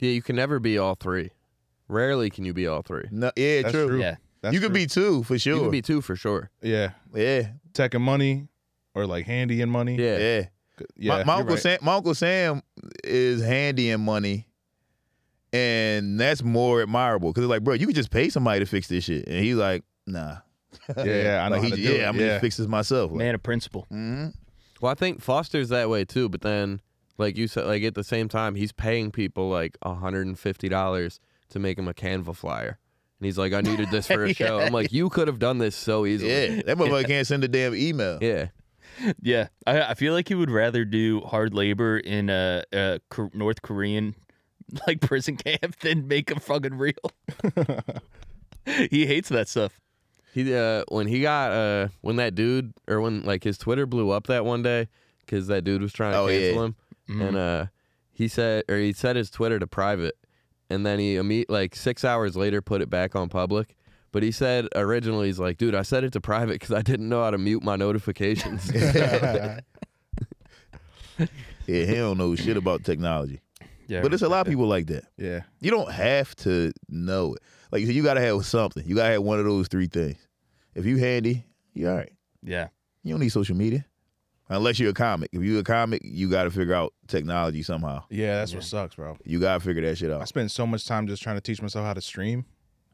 Yeah. You can never be all three. Rarely can you be all three.
No, yeah,
That's
true.
true.
Yeah.
That's
you could
true.
be two for
You
sure.
can be two for sure.
yeah,
yeah,
tech and money, or like handy and money.
Yeah.
yeah.
yeah.
my, my
you're
uncle
right.
Sam, my uncle Sam is handy in money, and that's more admirable because like, bro, you could just pay somebody to fix this shit, and he's like, nah.
Yeah, yeah, I know
Like,
how
he
to
j-
do
yeah,
it.
I'm
yeah.
gonna fix this myself. Like,
Man of principle.
mhm.
Well, I think Foster's that way too, but then like you said, like at the same time, he's paying people like hundred and fifty dollars to make him a Canva flyer. And he's like, I needed this for a show. I'm like, you could have done this so easily.
Yeah, that motherfucker can't send a damn email.
Yeah.
Yeah. I, I feel like you would rather do hard labor in a, a Ko- North Korean like prison camp than make a fucking real. he hates that stuff.
He uh when he got uh when that dude or when like his Twitter blew up that one day because that dude was trying to
Oh, yeah.
cancel him,
Mm-hmm.
and uh he said or he set his Twitter to private, and then he imme- like six hours later put it back on public. But he said originally he's like, dude, I set it to private because I didn't know how to mute my notifications.
Yeah, he don't know shit about technology.
Yeah.
But it's a lot of people like that.
yeah.
You don't have to know it. Like you said, you gotta have something. You gotta have one of those three things. If you handy, you all right.
yeah.
You don't need social media. Unless you're a comic. If you're a comic, you gotta figure out technology somehow.
Yeah, that's what sucks, bro.
You gotta figure that shit
I
Oh.
out.
spend so much time just trying to teach myself how to stream.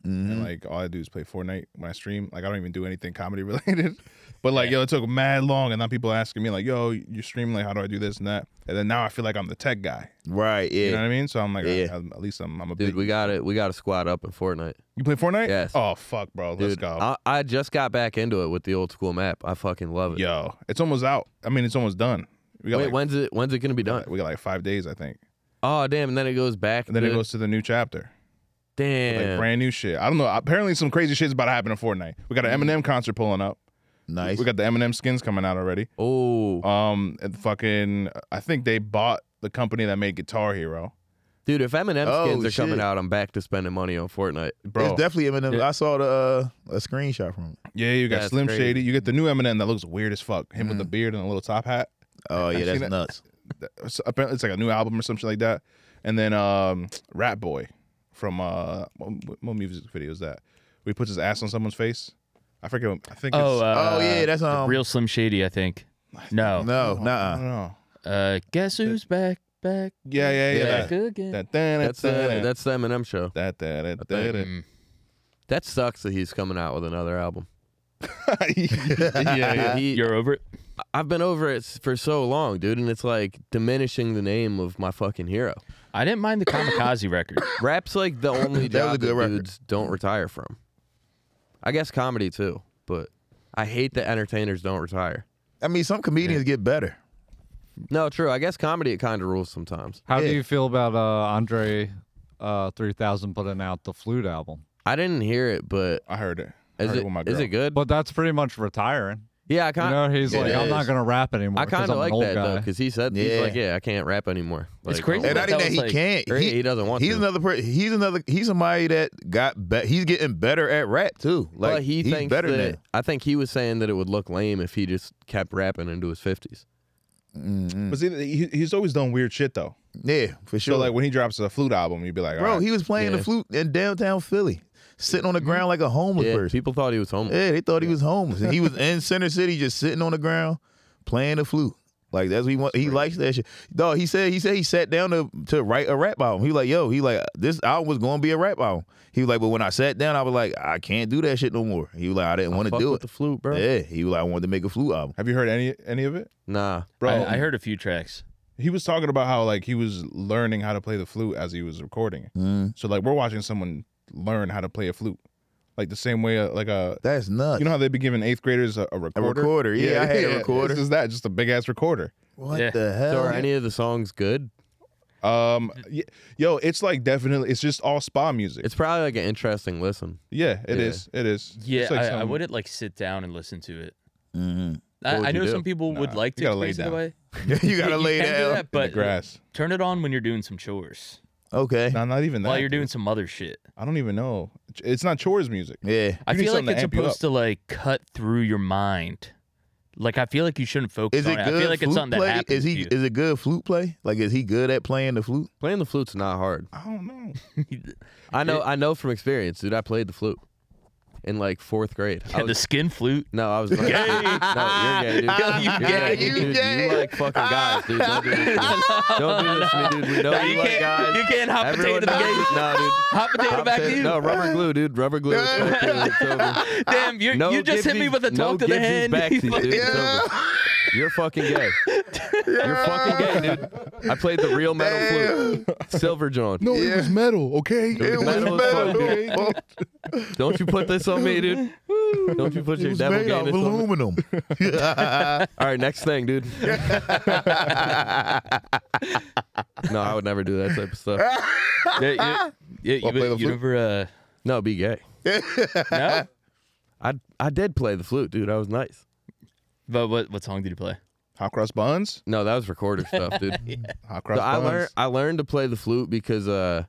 Mhm.
Mm-hmm.
And like all I do is play Fortnite when I stream. Like I don't even do anything comedy related. But like, yo, it took mad long, and then people asking me like, yo, you're streaming, like, how do I do this and that? And then now I feel like I'm the tech guy.
Right. Yeah.
You know what I mean? So I'm like,
Yeah.
I- I'm- at least I'm, I'm a
Dude,
big.
we got it. We got to squad up in Fortnite.
You play Fortnite?
Yes.
Oh fuck, bro, let's
Dude,
go.
I, I just got back into it with the old school map. I fucking love it.
yo, it's almost out. I mean, it's almost done. We got
Wait,
like,
when's it? When's it gonna be done?
we got like five days, I think.
Oh damn! And then it goes back.
And then it
to-
goes to the new chapter.
Damn.
Like brand new shit. I don't know. Apparently, some crazy shit's about to happen in Fortnite. We got an Eminem concert pulling up.
nice.
We got the Eminem skins coming out already.
oh,
Um, and fucking, I think they bought the company that made Guitar Hero,
dude, if Eminem
Oh,
skins are
shit.
coming out, I'm back to spending money on Fortnite.
bro.
It's definitely Eminem. I saw the uh, a screenshot from it.
yeah, you got
That's
Slim
crazy. Mm.
Shady. You get the new Eminem that looks weird as fuck. Him with the beard and a little top hat.
Oh yeah,
seen
that's
it.
nuts.
It's- Apparently, it's like a new album or something like that. And then um, Rat Boy from uh, what, what music video is that? Where he puts his ass on someone's face. I forget. what- I think.
Oh,
it's,
uh,
oh yeah, that's um.
real Slim Shady, I think. No,
no,
I don't
nah.
know.
uh, guess who's back, back,
Yeah, yeah, yeah.
back
that-
again?
that- that-
That's uh,
that-
that's the Eminem show.
that- that- that-
think.
that-
Mm.
That sucks that he's coming out with another album.
yeah, yeah.
He-
You're over it.
I've been over it s- for so long, dude, and it's like diminishing the name of my fucking hero.
I didn't mind the Kamikaze record.
Rap's like the only
That was a
job
good
that
record.
dudes don't retire from. I guess comedy too, but I hate that entertainers don't retire.
I mean, some comedians get better.
No, true. I guess comedy it kind of rules sometimes.
How
Yeah.
do you feel about uh, Andre uh, 3000 putting out the flute album?
I didn't hear it, but
I heard it. I
is
heard
it
it with my girl.
is it good?
But that's pretty much retiring.
yeah, I
You
kind
know, he's
It
like, I'm
is.
not gonna rap anymore.
I
'cause
kind
I'm
of
an
like
old
that though,
guy."
because he said he's
Yeah.
like, yeah, I can't rap anymore. Like,
crazy.
I'm
And
like,
I
That
think that,
was
he
like-
can't.
or he, he doesn't want
he's
to.
another person. He's another. He's somebody that got. Be- he's getting better at rap too. Like
but he
he's
thinks
better
that I think he was saying that it would look lame if he just kept rapping into his fifties.
now. Mm-mm.
But see, he, he's always done weird shit though.
Yeah, for sure.
So like when he drops a flute album, you'd be like,
bro,
"Alright."
he was playing the
Yeah.
flute in downtown Philly, sitting on the ground like a homeless
Yeah,
person.
people thought he was homeless.
Yeah, they thought he was homeless, and he was in Center City just sitting on the ground playing the flute. Like that's what he want. He likes that shit. Dog, he said he said he sat down to to write a rap album. He was like, yo, he like this album was gonna be a rap album. He was like, but when I sat down, I was like, I can't do that shit no more. He was like, I didn't want to
Fuck
do
with
it.
the flute, bro.
Yeah, he was like, I wanted to make a flute album.
have you heard any any of it,
Nah,
bro?
I, I heard a few tracks.
he was talking about how like he was learning how to play the flute as he was recording.
Mm.
So like we're watching someone learn how to play a flute, like the same way uh, like a
That's nuts.
you know how they be giving eighth graders a, a
a
recorder.
recorder. Yeah, I had a
This
recorder.
is that just a big ass recorder.
What
Yeah.
the
so
hell?
are any of the songs good?
Um, y- yo, it's like definitely, it's just all spa music.
It's probably like an interesting listen.
yeah, it
yeah.
is. It is.
Yeah,
It's like
I, I
some-
wouldn't like sit down and listen to it.
Mhm.
I,
would
I
you
know
do?
some people would
Nah,
like to
you gotta lay
explain it
down.
away.
you gotta lay
can do
down.
that,
in the
but
grass.
turn it on when you're doing some chores,
Okay.
No, not even that.
while you're doing
dude.
some other shit.
I don't even know. It's not chores music.
Yeah.
I
You need
feel like
something to
it's
amp you up.
supposed to like cut through your mind. Like I feel like you shouldn't focus
Is
on
it good?
I feel like
flute
it's something
play?
that happens
Is he
to you.
is it good flute play? Like is he good at playing the flute?
Playing the flute's not hard.
I don't know.
I know. I know from experience, dude. I played the flute in like fourth grade.
Yeah,
I
the
was-
skin flute.
no, I was like,
Gay.
no, you're gay, dude.
Yo, you
are
gay.
dude.
You
Dude,
gay.
You like fucking guys, dude. Don't do this to me. Don't do this to me, dude. We know
No,
you,
you
like
can't.
guys.
You can't hot potato
Everyone
the
knows-
gate.
No, dude.
Hot potato back to you.
No, rubber glue, dude. Rubber glue. It's back to you. It's over.
Damn, you
No
you just hit me
givesies-
with a
no
talk to the
givesies
hand. "Ah."
Back to
You
you, dude.
fucking-
It's over. You're fucking gay. You're fucking gay, dude. I played the real metal flute, Silver John.
No, it was metal. Okay,
It was metal as fuck, dude. Don't you put this on me, dude. Don't you put your devil
made out of
gayness on me.
aluminum.
All right, next thing, dude. no, I would never do that type of stuff.
Yeah, you- yeah, you,
Well, play the
you
flute.
never. Uh,
No, be gay.
no,
I I did play the flute, dude. I was nice.
but what what song did you play?
Hot cross buns.
No, that was recorder stuff, dude.
Hot cross
So I
buns.
learned I learned to play the flute because uh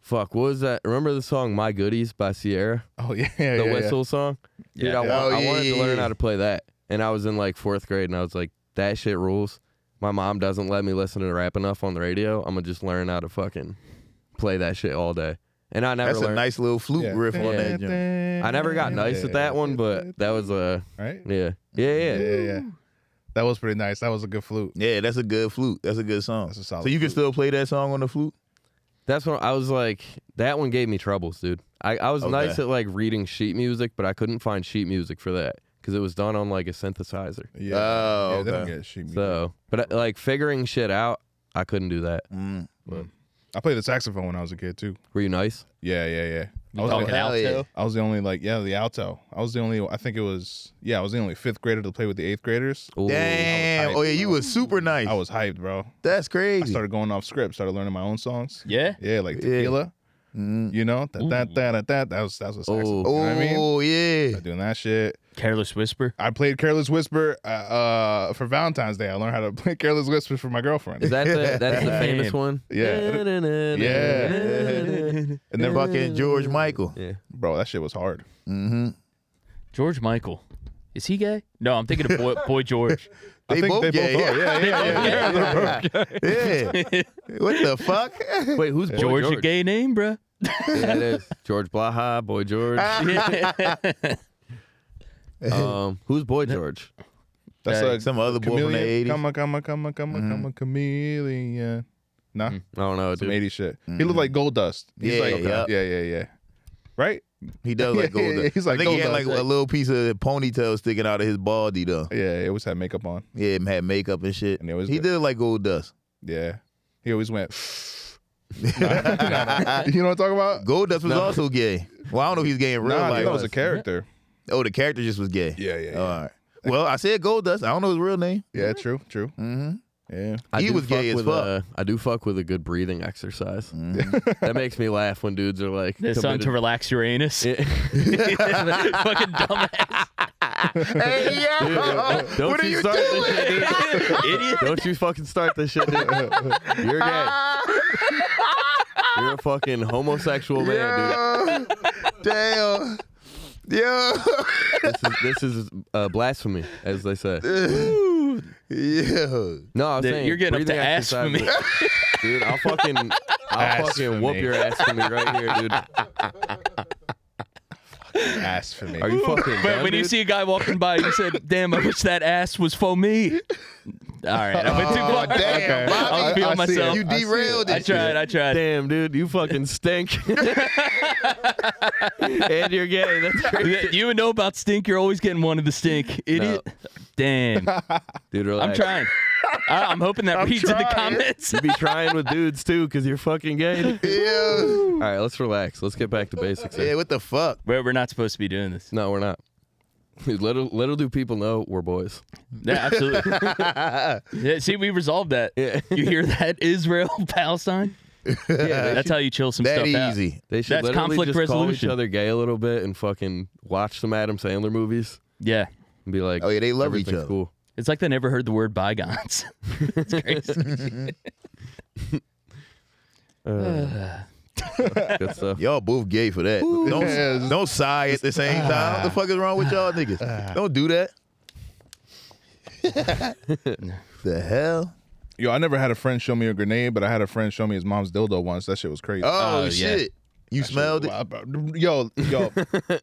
fuck, what was that? Remember the song My Goodies by Sierra?
oh yeah, yeah,
The
yeah.
whistle song? Dude,
Yeah.
I, wa-
Oh,
I
yeah,
wanted
yeah,
to learn
yeah.
how to play that. And I was in like fourth grade and I was like, that shit rules. My mom doesn't let me listen to rap enough on the radio. I'm gonna just learn how to fucking play that shit all day. And I never
That's a
learned
nice little flute
Yeah.
riff on that. joint.
that.
I never got nice at that one, but that was uh
Right?
yeah. Yeah,
Yeah,
yeah.
yeah, yeah. That was pretty nice. That was a good flute.
Yeah, that's a good flute. That's a good song.
That's a solid
so you can
flute.
still play that song on the flute?
That's when I was like, that one gave me troubles, dude. I, I was
Okay.
nice at like reading sheet music, but I couldn't find sheet music for that because it was done on like a synthesizer.
Yeah.
Oh,
yeah, they don't
okay.
get sheet music.
So, but uh, like figuring shit out, I couldn't do that.
Mm.
I played the saxophone when I was a kid too.
Were you nice?
Yeah, yeah, yeah. I
You
was,
talking
the,
hell yeah.
alto?
I was the only like yeah the alto. I was the only I think it was yeah I was the only fifth grader to play with the eighth graders.
Ooh.
Damn.
hyped.
Oh yeah, you was super nice.
I was hyped, bro.
That's
I
crazy.
started going off script, started learning my own songs.
Yeah.
Yeah, like
Yeah.
tequila.
Mm.
You know that that that that that that was that was a saxophone.
Ooh.
You know
Oh
what I mean?
yeah.
Doing that shit.
Careless Whisper.
I played Careless Whisper uh, uh, for Valentine's Day. I learned how to play Careless Whisper for my girlfriend.
Is that the, that's the famous
Damn.
one?
Yeah.
Yeah.
and then,
Fucking George Michael.
yeah.
bro, that shit was hard.
Mm-hmm.
George Michael. Is he gay? No, I'm thinking of Boy, boy George.
They
I think
both
they
gay.
both are. Yeah, yeah, yeah.
yeah, yeah. What the fuck?
Wait, who's Boy
George,
George?
a gay name, bruh.
Yeah, it is. George Blaha, Boy George. um, who's Boy George?
That's
Yeah,
like
some other boy from the Mm-hmm.
chameleon.
80s.
Come on, come on, come on, come on, come on, chameleon. Nah,
I don't know,
some
dude.
80s shit. He looked like Gold Dust. He's
Mm-hmm. Yeah,
like,
yeah.
yeah, yeah, yeah. Right?
He does like
Yeah,
gold.
yeah, yeah. He's
I
like
think he
gold
had like
dust.
a little piece of ponytail sticking out of his baldy though.
Yeah, he always had makeup on.
Yeah, and had makeup and shit.
And he always
he
went-
did like gold dust.
Yeah. He always went, you know what I'm talking about?
Gold dust was also gay. Well, I don't know if he's gay in real
Nah, I think
life.
that was a character.
oh, the character just was gay.
Yeah, yeah, yeah.
All right. Well, I said gold dust. I don't know his real name.
Yeah, true, true.
Mm-hmm.
Yeah.
I
He
do
was gay as
with
fuck. Mm-hmm.
A, I do fuck with a good breathing exercise. that makes me laugh when dudes are like,
It's time to
committed-
relax your anus.
Yeah.
Fucking dumbass.
Hey yo,
Don't
what are
you
you
start
doing?
this shit, dude. Idiot. Don't you fucking start this shit, dude. You're gay. You're a fucking homosexual man, dude.
Yo. Damn. Yo.
This is this is uh, blasphemy, as they say.
yeah.
No, I was
Dude,
saying
you're getting up
breathing
to
exercise- dude. I'll fucking, I'll fucking whoop
Blasphemy.
your ass for me right here, dude.
Ass for me.
Are you fucking?
But
dumb,
when you
dude?
see a guy walking by, you said, "Damn, I wish that ass was for me." All right, I went too far.
Damn,
Okay.
Bobby.
I was feeling
I see it.
myself.
You
I see it.
derailed
I
it.
tried. I tried.
Damn, dude, you fucking stink. and you're gay. That's crazy.
You would know about stink. You're always getting one of the stink, idiot. Damn.
Dude,
I'm
relax.
trying. I, I'm hoping that reads in the comments.
You be trying with dudes too, cause you're fucking gay.
Yeah.
All right, let's relax. Let's get back to basics. here.
yeah, what the fuck?
We're, we're not supposed to be doing this.
No, we're not. Dude, little little do people know we're boys.
Yeah, absolutely. yeah, see, we resolved that.
Yeah.
You hear that? Israel, Palestine.
Yeah,
That's how you chill some
That
stuff out.
easy.
They should
That's
literally
conflict
just call each
resolution.
other gay a little bit and fucking watch some Adam Sandler movies
Yeah.
and be like,
Oh yeah, they love each
everything's
other.
cool.
It's like they never heard the word bygones. it's crazy.
Good stuff.
Y'all both gay for that. Don't
Yes.
don't sigh at the same time. What the fuck is wrong with y'all niggas? Don't do that. the hell?
Yo, I never had a friend show me a grenade, but I had a friend show me his mom's dildo once. That shit was crazy.
Oh,
Oh, yeah.
shit. You smelled it?
Wow, bro. Yo, yo,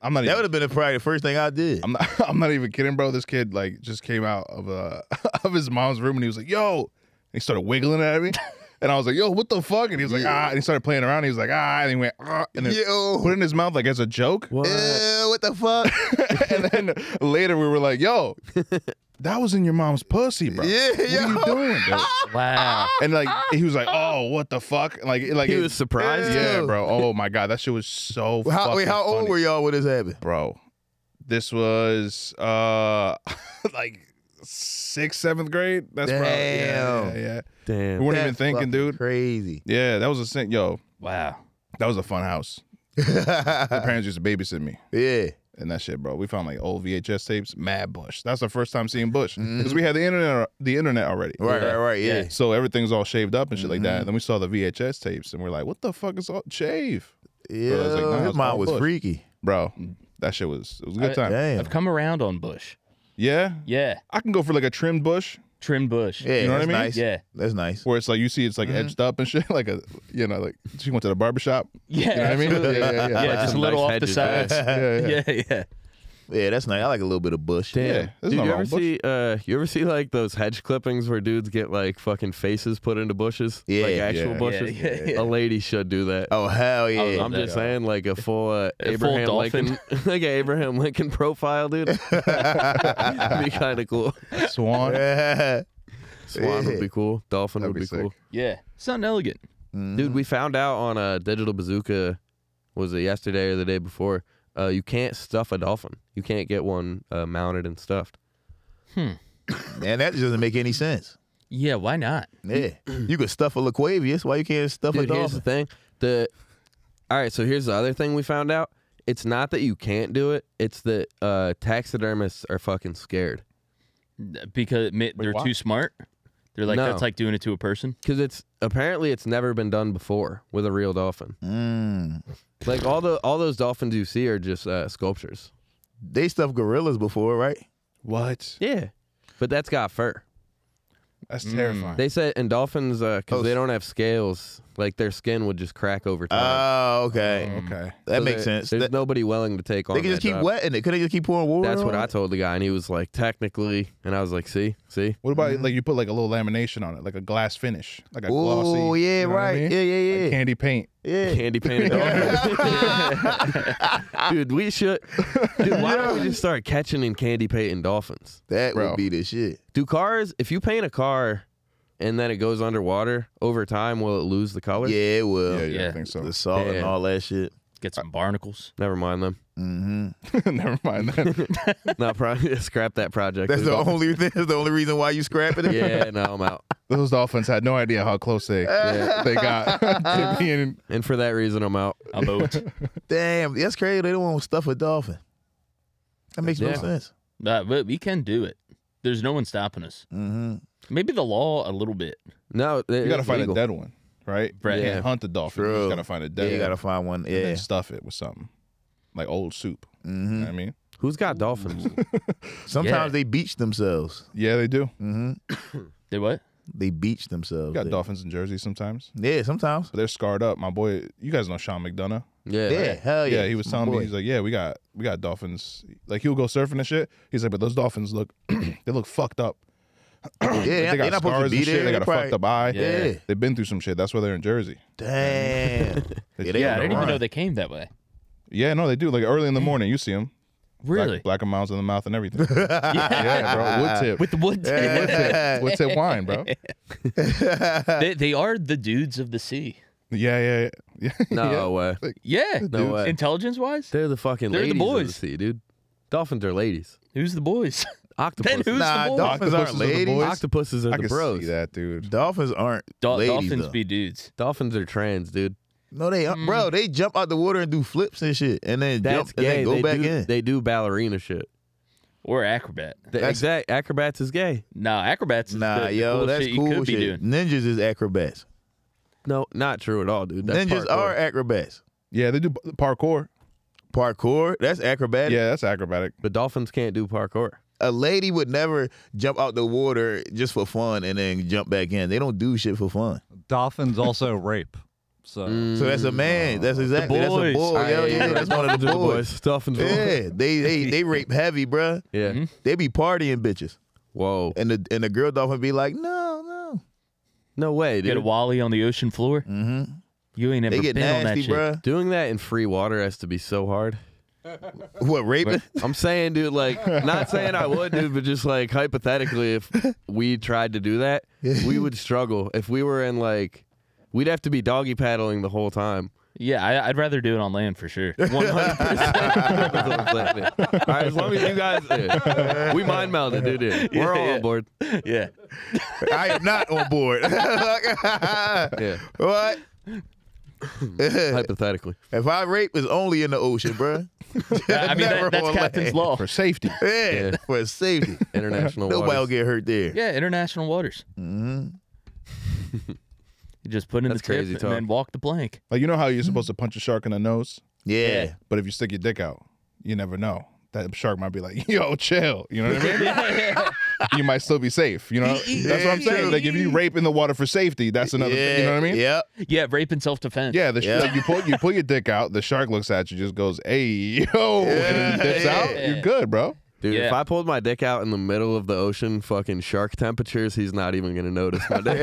I'm not
That would
even.
have been probably the first thing I did.
I'm not, I'm not even kidding, bro. This kid like just came out of uh of his mom's room and he was like, "Yo," and he started wiggling at me, and I was like, "Yo, what the fuck?" And he was like, "Ah," and he started playing around. He was like, "Ah," and he went, "Ah," and then
Yo.
put it in his mouth like as a joke.
What?
Eh, what the fuck?
and then later we were like, "Yo, that was in your mom's pussy, bro.
Yeah,
what
yo.
are you doing?" Dude?
Wow.
And like he was like, "Oh, what the fuck?" Like, like
He
it-
was surprised.
Yeah, bro. Oh my god, that shit was so.
how, wait,
fucking
how old
funny.
were y'all when this happened?
bro this was uh like sixth seventh grade that's probably yeah, yeah,
Damn.
yeah. we
Damn.
weren't even
That's
thinking
fucking
dude
Crazy.
yeah that was a sin yo
Wow.
that was a fun house my
yeah.
parents used to babysit me and that shit bro we found like old vhs tapes mad bush that's the first time seeing bush because we had the internet the internet already
Mm-hmm. Right, Mm-hmm. right, right. Yeah.
so everything's all shaved up and shit like that. And then we saw the VHS tapes and we're like, what the fuck is all shave?
Yeah.
Bro, I was like, nah,
His
it's
mom
all
was
bush.
freaky.
Bro, that shit was it was a good
I-
time.
Damn.
I've come around on Bush.
Yeah.
Yeah.
I can go for like a trimmed bush
Trim Bush.
Yeah,
You know what
that's
I mean?
nice.
Yeah.
That's nice.
where it's like you see it's
Mm-hmm.
like edged up and shit, like a you know, like she went to the barbershop.
Yeah.
You know what I mean?
absolutely.
Yeah, yeah, yeah.
Yeah, just a
Some
little
nice
off the sides.
hedges.
yeah, yeah.
yeah, yeah.
Yeah, that's nice. I like a little bit of bush.
Yeah, there's
Dude,
no
you
wrong
ever
with bush.
see uh you ever see like those hedge clippings where dudes get like fucking faces put into bushes?
Yeah,
Like actual
yeah.
bushes.
Yeah, yeah, yeah.
A lady should do that.
Oh hell yeah!
I'm just saying, like a full uh,
A full
Abraham
dolphin.
Lincoln, like an Abraham Lincoln profile, dude. That'd be kind of cool.
Swan.
Swan would be cool. Dolphin
That'd
would
be
be,
sick.
cool.
Yeah, it's not elegant.
Dude, we found out on a digital bazooka, was it yesterday or the day before? Uh, you can't stuff a dolphin. You can't get one uh, mounted and stuffed.
Man, that doesn't make any sense.
Yeah, why not?
Yeah, you could stuff a Laquavius. Why you can't stuff a
Dude, here's the
dolphin?
thing. The all right, so here's the other thing we found out. It's not that you can't do it. It's that uh, taxidermists are fucking scared
Because ma- they're
why?
too smart. They're like
No.
that's like doing it to a person.
because it's apparently it's never been done before with a real dolphin.
Mm.
Like all the all those dolphins you see are just uh, sculptures.
They stuffed gorillas before, right?
What?
Yeah, but that's got fur.
That's
Mm.
terrifying.
They said and dolphins because
Oh,
they
s-
don't have scales, like their skin would just crack over
Uh,
Oh,
time.
okay,
okay.
that
So
makes
there-
sense.
There's
That-
nobody willing to take on.
they can just
that
keep
job.
wetting it. Could they just keep pouring water?
That's what
on
I
it?
told the guy, and he was like, technically, and I was like, see, see.
What about
Mm-hmm.
like you put like a little lamination on it, like a glass finish, like a glossy.
Oh yeah,
you know what I
right.
mean?
Yeah, yeah, yeah.
Like candy paint.
yeah.
candy painted dolphins. dude, we should. Dude, why don't we just start catching and candy painting dolphins?
That
Bro.
would be the shit.
Do cars? If you paint a car, and then it goes underwater over time, will it lose the color?
Oh, Yeah, well,
Yeah, yeah, I
Yeah.
think so.
the salt and
Damn.
all that shit.
Get some barnacles.
Never mind them.
hmm
Never mind that.
Not pro- scrap that project.
That's
dude.
the only thing. That's the only reason why you scrapping it.
Yeah, no, I'm out.
Those dolphins had no idea how close they they got to being.
And for that reason, I'm out.
A boat. uh,
Damn, that's crazy. They don't want to stuff a dolphin. That makes no
Yeah.
sense.
but we can do it. There's no one stopping us.
Mm-hmm.
Maybe the law a little bit.
No,
You gotta find a dead one, right?
Right.
You can't
Yeah.
hunt the dolphin. You
True.
just gotta find a
Yeah,
dead.
you
one
gotta find one.
and
Yeah.
then stuff it with something, like old soup. You know
hmm
what I mean,
Who's got dolphins?
Sometimes they beach themselves.
yeah, they do.
hmm
They what?
They beach themselves.
You got
They-
dolphins in Jersey sometimes,
Yeah, sometimes.
but they're scarred up. My boy, you guys know Sean McDonough.
Yeah.
Yeah, hell Oh, yeah.
yeah, he was
My
telling me
boy.
he's like, yeah, we got we got dolphins. Like he'll go surfing and shit. He's like, but those dolphins look, they look fucked up.
yeah,
They
they're
got
not supposed
scars
to be
and
there.
shit. They got a
probably-
fucked up eye.
Yeah. Yeah.
they've been through some shit. That's why they're in Jersey.
Damn. yeah, they
Yeah, I
on the
didn't even
run.
know they came that way.
Yeah, no, they do. Like early in the morning, you see them.
Really?
Black, black and miles in the mouth and everything. yeah, bro. Wood tip.
With the wood.
Wood tip. Wood tip wine, bro. Yeah,
they, they are the dudes of the sea.
yeah, yeah. yeah.
No way.
Yeah.
No way.
Intelligence wise,
They're the fucking
They're the
ladies of the
boys.
sea, dude. Dolphins are ladies.
who's the boys?
Octopus.
Then who's
Nah,
the boys?
dolphins
Octopuses
aren't
are the
ladies.
boys.
Octopuses are
I
the
can
bros.
see that, dude.
Dolphins aren't
Dol-
ladies,
dolphins
though.
be dudes.
Dolphins are trans, dude.
No, they aren't. bro. They jump out the water and do flips and shit, and then
That's
jump and
gay.
then go
they
back
do,
in.
They do ballerina shit.
Or acrobat.
The
That's-
exact acrobats is gay.
Nah, acrobats is
nah,
the, the
yo,
cool
that's
shit
cool
you could
shit.
be doing.
Ninjas is acrobats.
No, not true at all, dude. That's
Ninjas
parkour.
are acrobats.
Yeah, they do p- parkour.
Parkour, that's acrobatic.
Yeah, that's acrobatic.
But dolphins can't do parkour.
A lady would never jump out the water just for fun and then jump back in. They don't do shit for fun.
Dolphins also rape. So
Mm,
So that's a man. That's exactly that's a
Mm. boys.
boy.
Alright,
Oh, Yo, yeah,
right.
that's one of the
Dolphins are
boys.
Dolphins are the boys.
Yeah, they they they rape heavy, bruh.
Yeah.
Mm-hmm.
They be partying bitches,
Whoa.
and the and the girl dolphin be like, no, no.
No way,
Get a
dude.
wally on the ocean floor.
Mm-hmm.
You ain't ever
They get
been on that
nasty,
shit.
bruh.
Doing that in free water has to be so hard.
What raping?
I'm saying, dude, like, not saying I would, dude, but just like hypothetically, if we tried to do that, we would struggle. If we were in like, we'd have to be doggy paddling the whole time.
Yeah, I, I'd rather do it on land for sure.
100%. All right, as long as you guys, yeah. we mind melded, dude. yeah. We're all
Yeah, yeah.
on board.
yeah.
I am not on board.
Yeah,
what?
hypothetically.
If I rape, is only in the ocean,
I
bruh.
mean,
Never
that, that's
on
captain's
land.
law.
For safety.
Yeah,
Yeah.
for safety.
International
Nobody will
waters.
get hurt there.
Yeah, international waters.
Mhm.
You just put in
That's
the tip
crazy
and
talk.
then walk the plank.
Like you know how you're supposed to punch a shark in the nose,
Yeah.
but if you stick your dick out, you never know. That shark might be like, "Yo, chill." You know what I mean?
Yeah, yeah.
you might still be safe. You know, that's what I'm saying. Like if you rape in the water for safety, that's another. thing, you know what I mean?
Yep.
Yeah, rape and self defense.
Yeah, the sh-
Yeah.
Like you pull you pull your dick out, the shark looks at you, just goes, "Hey yo," and then dips out. You're good, bro.
Dude, if
Yeah.
I pulled my dick out in the middle of the ocean, fucking shark temperatures, he's not even gonna notice my dick.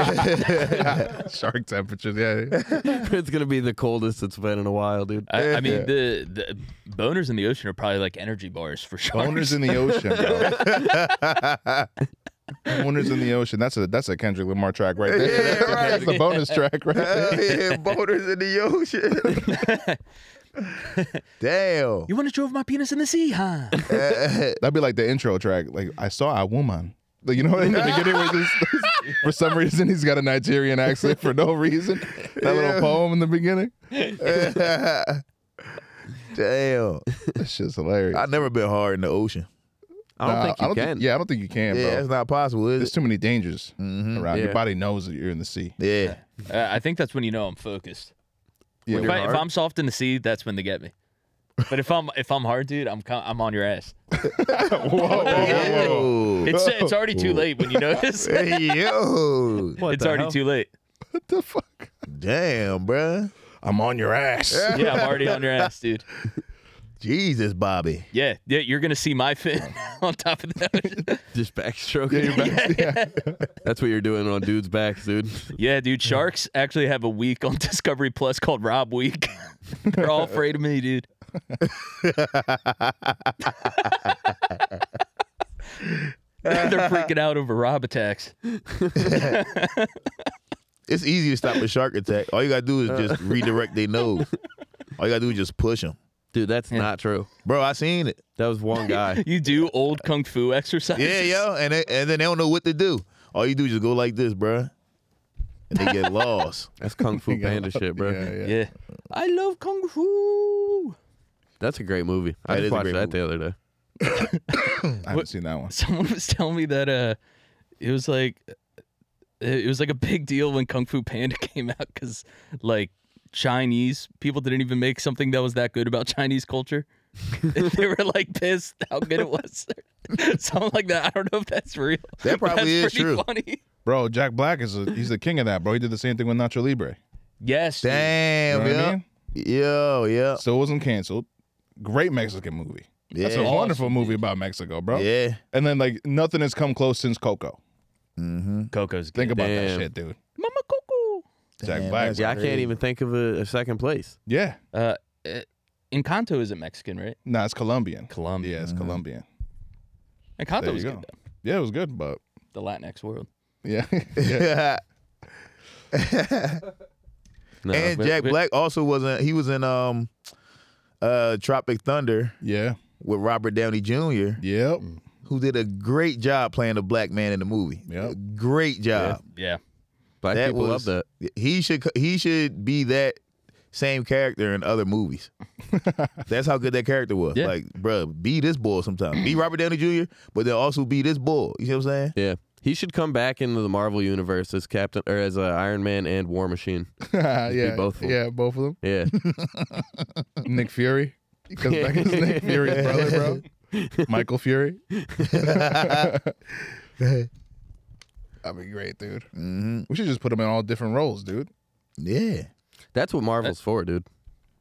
shark temperatures, yeah.
it's gonna be the coldest it's been in a while, dude.
I, I mean, the, the boners in the ocean are probably like energy bars for sure.
Boners in the ocean, bro. Boners in the ocean. That's a that's a Kendrick Lamar track right there.
Yeah, right.
That's a bonus track right there.
Hell yeah, boaters in the ocean. Damn.
You want to drove my penis in the sea, huh?
That'd be like the intro track. Like I saw a woman. Like, you know what I mean? Like, it was just- for some reason, he's got a Nigerian accent for no reason. That little poem in the beginning.
Damn.
That's just hilarious.
I've never been hard in the ocean.
I don't
Nah,
think you can.
yeah, I don't think you can,
Yeah,
bro.
that's not possible,
There's
is it? Mm-hmm.
too many dangers around.
Mm, Yeah.
Your body knows that you're in the sea.
Yeah.
Uh, I think that's when you know I'm focused.
Yeah,
If, I,
hard?
am soft in the sea, that's when they get me. But if I'm if I'm hard, dude, I'm com- I'm on your ass.
Yo.
It's it's already too late when you notice. it's
Yo.
already too late.
What the fuck?
Damn, bruh.
I'm on your ass.
Yeah, I'm already on your ass, dude.
Jesus, Bobby.
Yeah, yeah, you're gonna see my fin on top of the ocean.
Just backstroking. That's what you're doing on dudes' backs, dude.
Yeah, dude, sharks actually have a week on Discovery Plus called Rob Week. They're all afraid of me, dude. They're freaking out over rob attacks.
It's easy to stop a shark attack. All you gotta do is just redirect their nose. All you gotta do is just push them.
Dude, that's not true.
Bro, I seen it.
That was one guy.
You do old kung fu exercises.
Yeah, yo. And they, and then they don't know what to do. All you do is just go like this, bruh. And they get lost.
That's kung fu panda shit, bro.
Yeah, yeah.
Yeah. I love kung fu.
That's a great movie. I
That is
just
a
watched
great
that the other day.
I haven't seen that one.
Someone was telling me that uh, it was like it was like a big deal when Kung Fu Panda came out because like Chinese people didn't even make something that was that good about Chinese culture. they were like pissed how good it was. Something like that. I don't know if that's real.
That
but
probably
that's
is
pretty
true.
Funny.
Bro, Jack Black is a, he's the king of that, bro. He did the same thing with Nacho Libre.
Yes. dude.
Damn,
You know what I
yo.
mean?
Yo, yo.
So it wasn't canceled. Great Mexican movie.
Yeah.
That's a wonderful movie about Mexico, bro.
yeah.
And then like nothing has come close since Coco.
Coco's good.
Think about
Damn.
that shit, dude.
Mama Coco.
Jack
Damn,
Black.
that's-
Yeah, I can't even think of a, a second place.
Yeah.
Uh, uh, Encanto isn't Mexican, right?
Nah, it's Colombian.
Colombia.
Yeah, it's Colombian.
Encanto
There
was
you
good
go.
though.
Yeah, it was good, but
The Latinx world.
yeah.
No,
and
but-
Jack
but-
Black also wasn't. He was in um, uh, Tropic Thunder
yeah.
with Robert Downey Jr.,
Yep.
who did a great job playing the black man in the movie.
Yep.
A Great job.
Yeah.
black
That
people
was
love
he should co- he should be that same character in other movies. That's how good that character was.
Yeah.
Like, bruh, be this boy sometimes. Be Robert Downey Jr., but then also be this boy. You see what I'm saying?
that. Yeah, he should come back into the Marvel universe as Captain or as uh, Iron Man and War Machine.
yeah.
both of 'em.
Yeah, both of them.
Yeah,
Nick Fury. Because back is Nick Fury's brother, bro. Michael Fury. That'd be great, dude. Mm-hmm. We should just put him in all different roles, dude.
Yeah.
that's what Marvel's for, dude.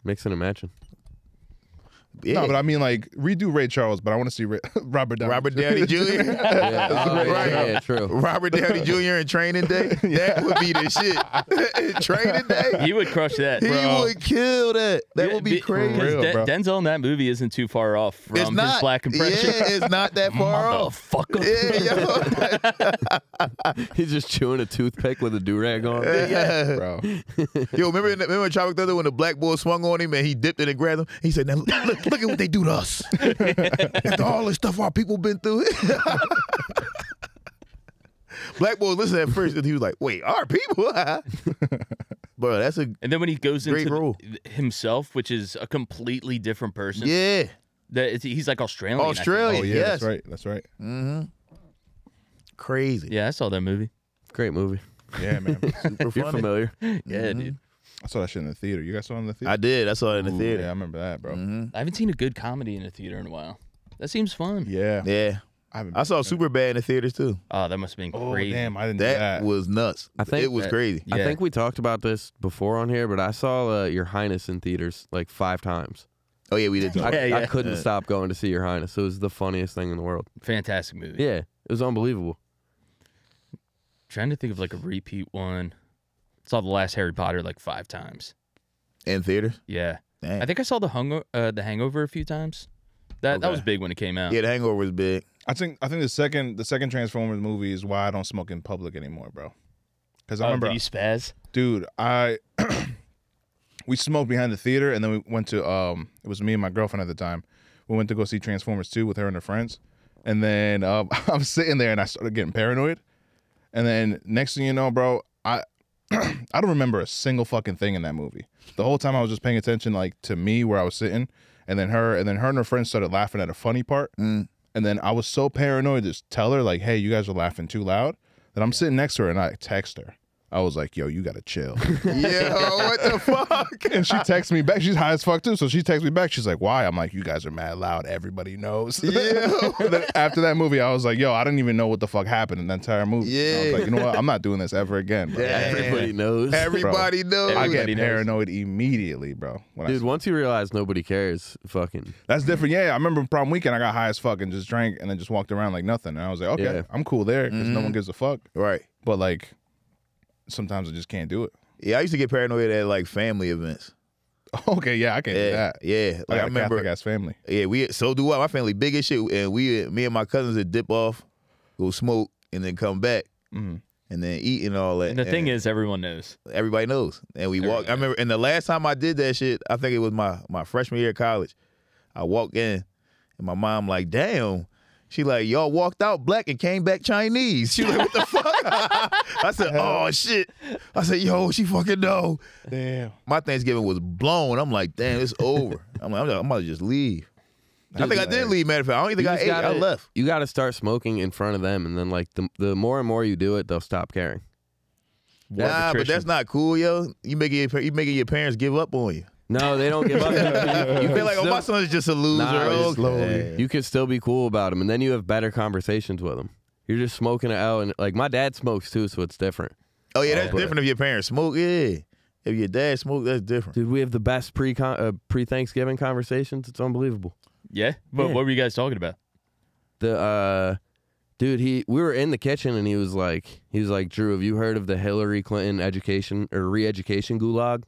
Mixing and matching.
Yeah.
No, but I mean, like, redo Ray Charles, but I want to see Ray- Robert Downey.
Robert
Jr.
Downey Jr.
Yeah, oh,
right.
yeah, yeah, true.
Robert Downey Jr. in Training Day. That would be the shit. training Day.
He would crush that.
He
Bro.
would kill that. That would be crazy.
real,
De-
bro.
Denzel in that movie isn't too far off from
it's not
his black impression.
Yeah, it's not that far off.
Motherfucker.
Yeah, yo.
He's just chewing a toothpick with a do rag on.
Bro.
Yo, remember in, remember in Tropic Thunder when the black boy swung on him and he dipped it and grabbed him? He said, now look, look, look at what they do to us. After all this stuff our people been through. black boy listened at first and he was like, wait, our people? Bro, that's a,
And then when he goes
Great
into th-
role.
th- himself, which is a completely different person,
yeah.
that it's- he's like Australian. I think.
Australia,
Oh, yeah,
yes. Mm.
that's right. That's right.
Crazy.
Oh, Yeah, I saw that movie.
Great movie.
Yeah, man.
Super
You're
funny.
familiar.
Yeah,
Mm-hmm.
dude.
I saw that shit in the theater. You guys saw it in the theater?
I did. I saw it in the theater. Mm.
Yeah, I remember that, bro.
I haven't seen a good comedy in a theater in a while. That seems fun.
Yeah.
Yeah.
I haven't.
I saw Superbad in the theaters too.
Oh, that must have been
oh
crazy.
damn, I didn't do
That
that.
was nuts.
I think
it was
that-
crazy.
Yeah.
I think we talked about this before on here, but I saw uh, Your Highness in theaters like five times.
Oh yeah, we did.
I,
Talk.
Yeah,
I
yeah.
couldn't
Uh,
stop going to see Your Highness. It was the funniest thing in the world.
Fantastic movie.
Yeah, it was unbelievable.
Trying to think of like a repeat one. Saw the last Harry Potter like five times.
in theaters.
Yeah.
Dang.
I think I saw the hung uh, the Hangover a few times. That that
Okay.
was big when it came out.
yeah, The Hangover was big.
I think I think the second the second Transformers movie is why I don't smoke in public anymore, bro. Because I
Oh,
remember,
did you spaz?
dude, I we smoked behind the theater, and then we went to um, it was me and my girlfriend at the time. We went to go see Transformers two with her and her friends, and then um, I'm sitting there and I started getting paranoid, and then next thing you know, bro, I I don't remember a single fucking thing in that movie. The whole time I was just paying attention, like to me where I was sitting, and then her, and then her and her friends started laughing at a funny part.
Mm.
And then I was so paranoid to tell her, like, hey, you guys are laughing too loud. That I'm sitting next to her and I text her. I was like, yo, you gotta chill.
Yeah, what the fuck?
and she texts me back. She's high as fuck too. So she texts me back. She's like, why? I'm like, you guys are mad loud. Everybody knows.
Yeah.
And then after that movie, I was like, yo, I didn't even know what the fuck happened in that entire movie. And I was
Yeah.
like, you know what? I'm not doing this ever again. Bro.
Yeah.
Everybody knows.
Everybody knows.
I get
Everybody knows.
paranoid immediately, bro. When I
Dude, once you realize nobody cares, fucking
That's different. Yeah, I remember prom weekend. I got high as fuck and just drank and then just walked around like nothing. And I was like, okay,
Yeah.
I'm cool there because
Mm-hmm.
no one gives a fuck.
Right.
But like, sometimes I just can't do it.
Yeah, I used to get paranoid at like family events.
Okay, yeah, I can't do
Yeah,
that.
yeah.
I
Like
got
I
a remember, Catholic
remember.
ass family.
Yeah, we so do I. My family big as shit, and we, me and my cousins, would dip off, go smoke, and then come back,
Mhm.
and then eat and all that.
And the thing is, everyone knows.
everybody knows. And we walk. I remember, and the last time I did that shit, I think it was my my freshman year of college. I walked in, and my mom like, damn. She like, y'all walked out black and came back Chinese. She like, what the fuck? I said, oh shit. I said, yo, she fucking know.
Damn.
My Thanksgiving was blown. I'm like, damn, it's over. I'm like, I'm, I'm about to just leave. I think I did leave. Matter of fact, I don't even
You
think I
just
ate. I
gotta-
left.
You got to start smoking in front of them, and then like the the more and more you do it, they'll stop caring.
Nah, but that's not cool, yo. You making your, pa- you making your parents give up on you.
No, they don't give up. You,
You
can
feel like, oh,
still-
my son's just a loser.
Nah, just
okay.
slowly.
you can still be cool about them, and then you have better conversations with them. You're just smoking it out, and like my dad smokes too, so it's different.
Oh yeah, that's
but-
different if your parents smoke. Yeah, if your dad smoke, that's different.
Dude, we have the best pre uh, pre Thanksgiving conversations. It's unbelievable.
Yeah? But
Yeah.
what were you guys talking about?
The uh, dude, he we were in the kitchen, and he was like, he was like, Drew, have you heard of the Hillary Clinton education or re-education gulag?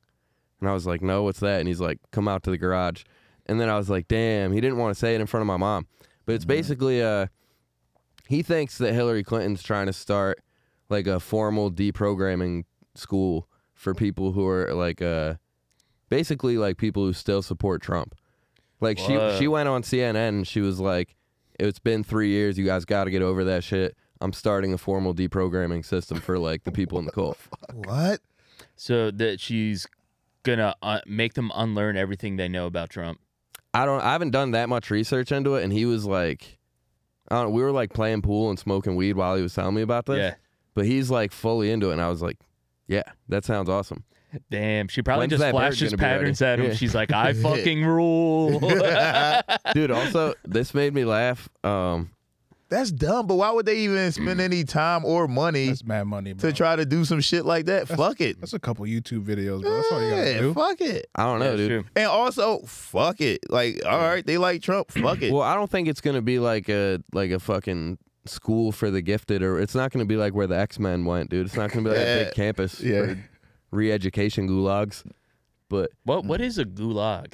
And I was like, no, what's that? And he's like, come out to the garage. And then I was like, damn, he didn't want to say it in front of my mom. But it's basically, uh, he thinks that Hillary Clinton's trying to start like a formal deprogramming school for people who are like, uh, basically like people who still support Trump. Like
Whoa.
she she went on CNN and she was like, it's been three years. You guys got to get over that shit. I'm starting a formal deprogramming system for like the people in the cult.
What?
So that she's gonna uh, make them unlearn everything they know about Trump.
I don't. I haven't done that much research into it. And he was like, I don't. We were like playing pool and smoking weed while he was telling me about this.
yeah.
But he's like fully into it, and I was like, Yeah, that sounds awesome.
Damn. She probably
When's
just
that bird
flashes
gonna be ready?
patterns at him.
Yeah.
She's like, I fucking rule.
Dude, also this made me laugh. Um,
That's dumb. But why would they even spend any time or money
That's mad money, bro.
to try to do some shit like that? fuck it.
That's a couple YouTube videos, bro. That's all you gotta
Yeah,
do.
Fuck it.
I don't know,
Yeah,
dude.
true.
And also, fuck it. Like, all right, they like Trump. Fuck it.
Well, I don't think it's gonna be like a like a fucking school for the gifted, or it's not gonna be like where the X Men went, dude. It's not gonna be like a
Yeah.
big campus
Yeah.
for re-education gulags. But
What what is a gulag?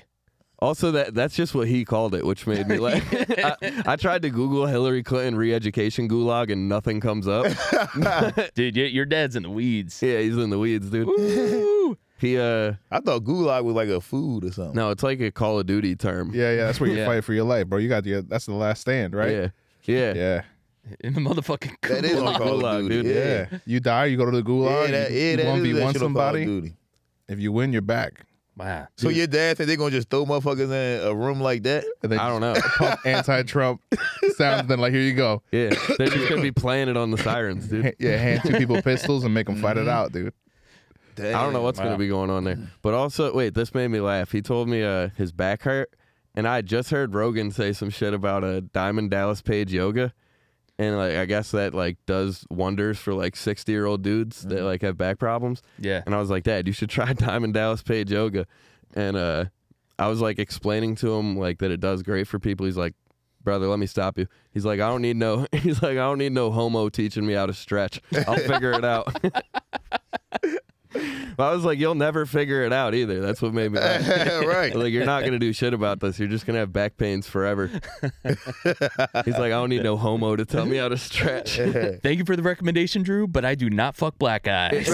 Also, that that's just what he called it, which made me laugh. I, I tried to Google Hillary Clinton re-education gulag, and nothing comes up.
Dude, y- your dad's in the weeds.
yeah, he's in the weeds, dude.
Ooh.
He uh,
I thought gulag was like a food or something.
no, it's like a Call of Duty term.
Yeah, yeah. That's where you
Yeah.
fight for your life, bro. You got the that's the last stand, right?
yeah, yeah.
Yeah.
In the motherfucking
That is on Call
Gulag,
of Duty.
dude.
Yeah. You die, you go to the
Yeah,
gulag.
that,
you-
yeah,
you
that
one
is
v
that
one
shit on Call of
somebody.
Duty.
If you win, you're back.
Wow.
So your dad think they gonna just throw motherfuckers in a room like that?
And then
I don't know.
pump anti-Trump sounds. Then like, here you go.
Yeah, they're just gonna be playing it on the sirens, dude.
Ha- Yeah, hand two people pistols and make them fight it out, dude.
Damn.
I don't know what's gonna be going on there. But also, wait, this made me laugh. He told me uh his back hurt, and I had just heard Rogan say some shit about a Diamond Dallas Page yoga, and like I guess that like does wonders for like sixty year old dudes that like have back problems.
Yeah.
And I was like, Dad, you should try Diamond Dallas Page Yoga. And uh, I was like explaining to him like that it does great for people. He's like, Brother, let me stop you. He's like, I don't need no. He's like, I don't need no homo teaching me how to stretch. I'll figure it out. I was like, you'll never figure it out either. That's what made me laugh.
right.
like you're not gonna do shit about this. You're just gonna have back pains forever. He's like, I don't need no homo to tell me how to stretch.
Thank you for the recommendation, Drew, but I do not fuck black guys.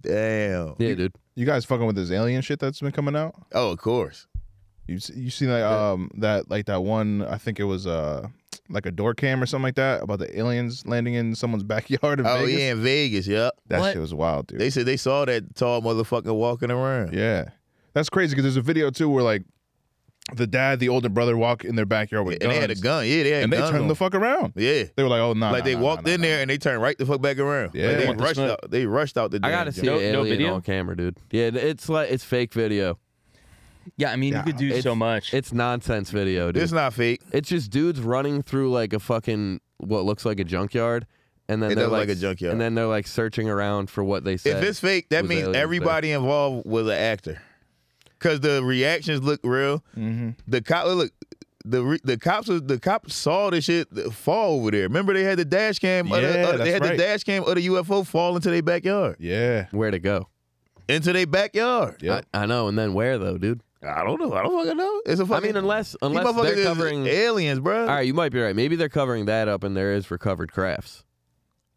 Damn.
yeah, dude.
You guys fucking with this alien shit that's been coming out?
Oh, of course.
You s- you seen like um that like that one I think it was uh like a door cam or something like that about the aliens landing in someone's backyard in
Oh
Vegas.
yeah, in Vegas. Yep.
That
What?
shit was wild, dude.
They said they saw that tall motherfucker walking around.
yeah, that's crazy because there's a video too where like the dad, the older brother walk in their backyard with
And they had a
guns,
gun. Yeah, they had
and they
guns
turned
on
the fuck
them.
around.
Yeah.
They were like, oh no,
like they walked in there and they turned right the fuck back around.
Yeah.
Like, they
Want
the
rushed
smoke.
out. They rushed out the.
I
damn
gotta see
joint.
No-
the
no
alien
video?
on camera, dude. Yeah, it's like it's fake video.
yeah, I mean, you could do
It's-
so much.
It's nonsense video, dude.
It's not fake.
It's just dudes running through like a fucking what looks like a junkyard, and then
It
they're
does
like,
like a junkyard.
and then they're like searching around for what they said.
If it's fake, that
was
means
aliens,
everybody involved was an actor, because the reactions look real. The cop look. The, re, the cops was- the cops saw this shit fall over there. Remember they had the dash cam. of the-
Yeah,
of- they
that's
had the
right.
dash cam of the UFO fall into their backyard.
Yeah,
where to go?
Into their backyard.
yeah.
I, I know, and then where though, dude?
I don't know. I don't fucking know. It's a
I
fucking.
mean, unless
these
unless
motherfuckers
they're
is
covering.
aliens, bro.
All right, you might be right. Maybe they're covering that up, and there is recovered crafts.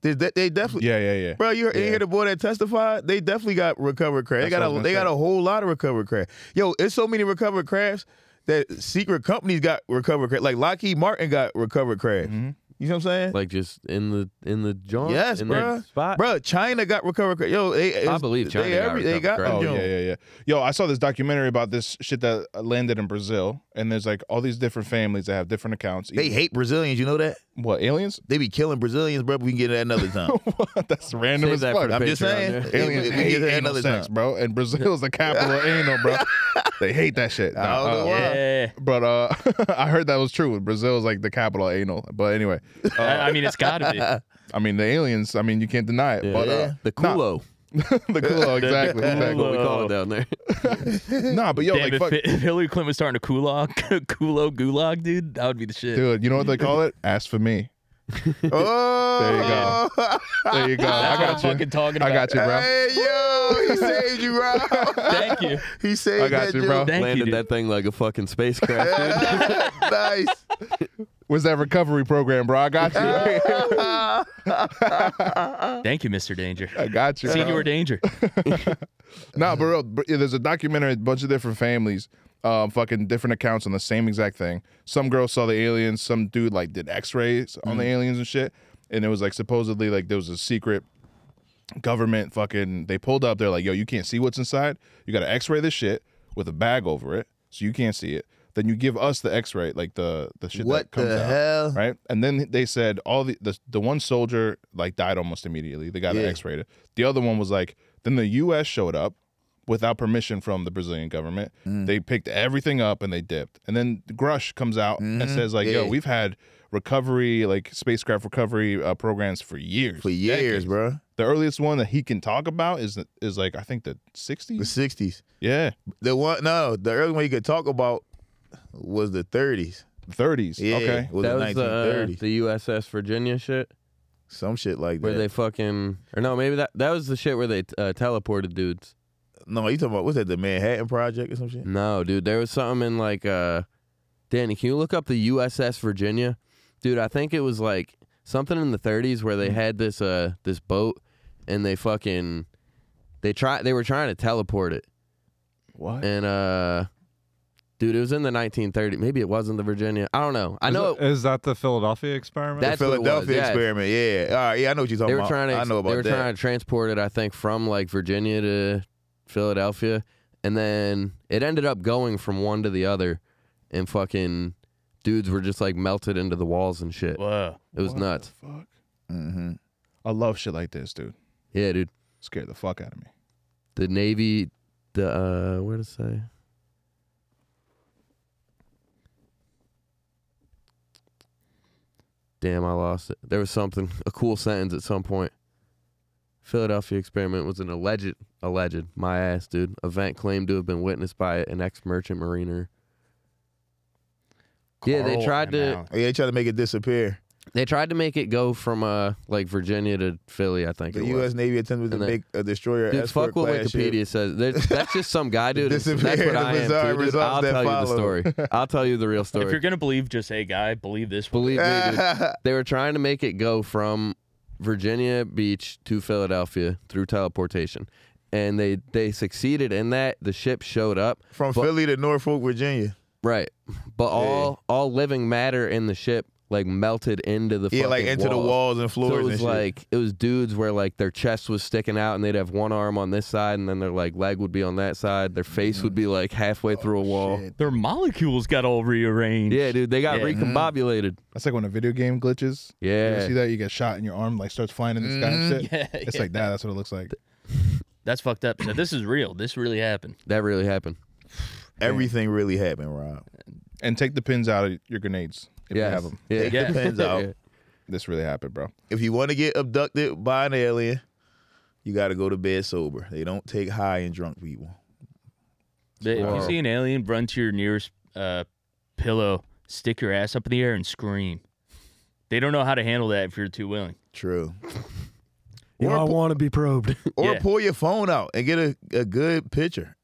They, they- they definitely.
yeah, yeah, yeah.
Bro, you heard, you
Yeah.
hear the boy that testified? They definitely got recovered crafts. They
That's what I
got
was
a
gonna
they got
say.
a whole lot of recovered crafts. Yo, it's so many recovered crafts that secret companies got recovered crafts. Like Lockheed Martin got recovered crafts.
Mm-hmm.
You know what I'm saying?
like just in the in the joint.
yes,
uh, in the
bro.
Spot.
Bro, China got recovered crafts. Yo, they it's-
believe China
they,
got
they
recovered
got
crafts.
Oh
them.
yeah, yeah, yeah. Yo, I saw this documentary about this shit that uh, landed in Brazil, and there's like all these different families that have different accounts. E,
They hate Brazilians. You know that?
what aliens?
They be killing Brazilians, bro. But we can get to that another time.
That's random
Save
as
that
fuck.
for the
I'm just
Patreon,
saying.
yeah.
We- we-
Aliens
we can
hate
get to that
anal
another
sex,
time.
bro. And Brazil's the capital of anal, bro. They hate that shit.
I don't know
uh,
why.
yeah.
But uh, I heard that was true. Brazil is like the capital of anal. But anyway, uh,
I, I mean, it's got to be.
I mean the aliens. I mean you can't deny it.
Yeah.
But uh,
the culo.
the culo, exactly.
That's
exactly.
what we call it down there.
Nah, but yo,
Damn,
like
if,
fuck,
Hi- if Hillary Clinton was starting a Kulog, Kulo Gulag, dude, that would be the shit.
dude. You know what they call it? Ask for me.
Oh,
go. There you go. I
That's what I'm
got you.
fucking talking
I
about.
got you, bro.
Hey, yo, he saved you, bro.
Thank you.
He saved
I got
that
you,
dude.
bro.
Thank you,
Landed
dude.
that thing like a fucking spacecraft. dude.
nice.
Where's that recovery program, bro? I got you.
Thank you, Mr. Danger.
I got you.
Senior
bro.
Danger.
Nah, but real, but, yeah, there's a documentary, a bunch of different families, um, fucking different accounts on the same exact thing. Some girl saw the aliens, some dude like did X-rays on the aliens and shit, and it was like supposedly like there was a secret government fucking. They pulled up, they're like, "Yo, you can't see what's inside. You got to X-ray this shit with a bag over it, so you can't see it. Then you give us the X-ray, like the the shit that
What
comes
the
out."
hell?
right? And then they said all the the, the one soldier like died almost immediately. The guy that
Yeah.
X-rayed it. The other one was like then the U.S. showed up without permission from the Brazilian government.
Mm.
They picked everything up and they dipped. And then Grush comes out and says like, "Yo,
Mm-hmm. Yeah.
we've had recovery like spacecraft recovery uh, programs for years.
For years,
decades.
bro.
The earliest one that he can talk about is is like I think the
The
60s.
sixties.
Yeah,
The one no, the early one you could talk about was the thirties.
30s.
Yeah.
Okay.
It was
that
the
was
nineteen
the, uh,
thirties.
the USS Virginia shit
Some shit like
where
that.
they fucking or no maybe that that was the shit where they uh, teleported dudes.
no, you talking about what's that, the Manhattan Project or some shit?
No, dude, there was something in like uh Danny, can you look up the USS Virginia? Dude, I think it was like something in the 30s where they had this uh this boat and they fucking they try they were trying to teleport it.
What?
and uh dude it was in the 1930s maybe it wasn't the virginia i don't know i know
Is, it- is that the Philadelphia experiment?
That's what it was,
Philadelphia
yeah.
experiment, yeah. All right, yeah, I know what you're talking
they were
about.
trying to
I know about
they were
that.
trying to transport it i think from like virginia to philadelphia and then it ended up going from one to the other and fucking dudes were just like melted into the walls and shit
Whoa.
it was
What the
nuts
fuck.
hmm
I love shit like this, dude.
yeah dude
Scared the fuck out of me.
the navy the uh where to say Damn, I lost it. There was something, a cool sentence at some point. Philadelphia experiment was an alleged, alleged, my ass, dude, event claimed to have been witnessed by an ex merchant mariner. yeah, they
Carl
tried
M.
to.
Allen.
Yeah, they try to make it disappear.
They tried to make it go from uh like Virginia to Philly, I think.
The
it was.
U.S. Navy attempted to
And they-
make a destroyer.
Dude,
escort
fuck what
class ship.
Wikipedia says. There's, that's just some guy, dude. and
Disappear
That's what
the
I am,
bizarre
too, dude.
results
I'll
that
tell you the
follow.
story. I'll tell you the real
If you're
story.
gonna believe just a guy, believe this. one.
Believe me, dude. They were trying to make it go from Virginia Beach to Philadelphia through teleportation, and they they succeeded in that. The ship showed up,
From
But-
Philly to Norfolk, Virginia.
right? But all all living matter in the ship like melted into the
Yeah, like
fucking
into the
walls.
walls and floors
So it was
and shit.
like it was dudes where like their chest was sticking out and they'd have one arm on this side and then their like leg would be on that side. Their face would be like halfway
Oh,
through a wall.
Shit.
Their molecules got all rearranged.
Yeah, dude, they got
Yeah.
recombobulated.
That's like when a video game glitches. You ever
Yeah.
see that? You get shot and your arm like starts flying in the sky
Mm-hmm.
and shit.
Yeah,
It's
yeah.
like that. That's what it looks like.
That's fucked up. So this is real. This really happened.
That really happened.
Everything really happened, Rob.
And take the pins out of your grenades if you
Yes.
have them.
Yeah.
Take
Yeah.
the pins out.
Yeah.
This really happened, bro.
If you want to get abducted by an alien, you got to go to bed sober. They don't take high and drunk people.
If you
Wow.
see an alien, run to your nearest uh, pillow, stick your ass up in the air, and scream. They don't know how to handle that if you're too willing.
True.
You
Or,
don't
pu-
want to be probed.
or
Yeah.
pull your phone out and get a, a good picture.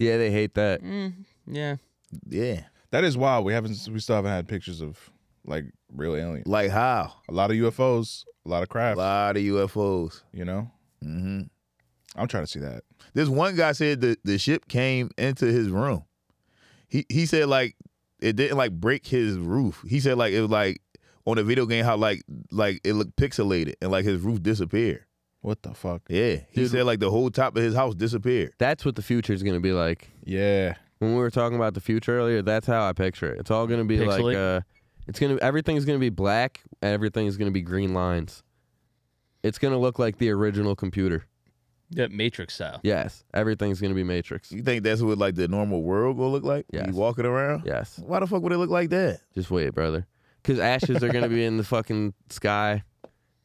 yeah, they hate that.
Mm, yeah.
Yeah.
That is wild. We haven't. We still haven't had pictures of like real aliens.
Like how?
A lot of UFOs. A lot of
A
crafts.
lot of UFOs.
You know.
hmm
I'm trying to see that.
This one guy said the, the ship came into his room. He he said like it didn't like break his roof. He said like it was like on a video game how like like it looked pixelated and like his roof disappeared.
What the fuck?
Yeah. He
Dude.
said like the whole top of his house disappeared.
That's what the future is going to be like.
Yeah.
When we were talking about the future earlier, that's how I picture it. It's all going to be like
Pixelate?
uh it's going to everything's going to be black, everything's going to be green lines. It's going to look like the original computer.
Yeah, Matrix style.
Yes, everything's gonna be Matrix.
You think that's what like the normal world gonna look like?
Yes.
You walking around?
Yes,
Why the fuck would it look like that?
just wait, brother. Because ashes are gonna be in the fucking sky.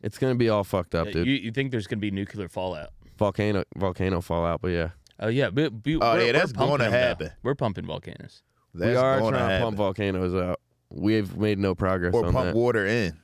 It's gonna be all fucked up,
Yeah,
dude.
you, you think there's gonna be nuclear fallout?
volcano, volcano fallout. But yeah,
Oh yeah, but, but
Oh,
we're,
yeah, that's
we're pumping
gonna
them now.
happen.
We're pumping volcanoes.
That's
we are
gonna
trying to
happen.
pump volcanoes out. We've made no progress
or
on
pump
that.
water in.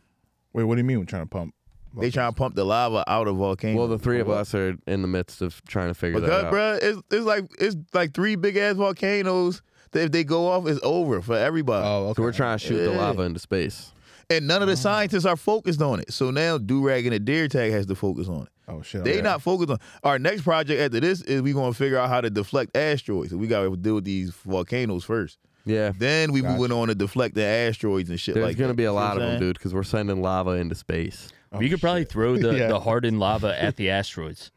Wait. What do you mean? We're trying to pump.
They trying to pump the lava out of volcanoes.
well, the three of us are in the midst of trying to figure
Because,
that out.
bruh, it's, it's like it's like three big ass volcanoes that if they go off, it's over for everybody.
Oh,
So
okay.
we're trying to shoot the
Yeah.
lava into space.
and none of the
Oh.
scientists are focused on it. So now Durag and the Deer Tag has to focus on it.
oh shit.
They
okay.
not focused on our next project after this is we gonna figure out how to deflect asteroids. We gotta deal with these volcanoes first.
Yeah,
Then we
Gotcha.
went on to deflect the asteroids and shit
there's
like
gonna
that.
be
See
a
what
lot
I'm
of them,
saying?
dude. Because we're sending lava into space.
we could probably throw the,
Yeah.
the hardened lava at the asteroids.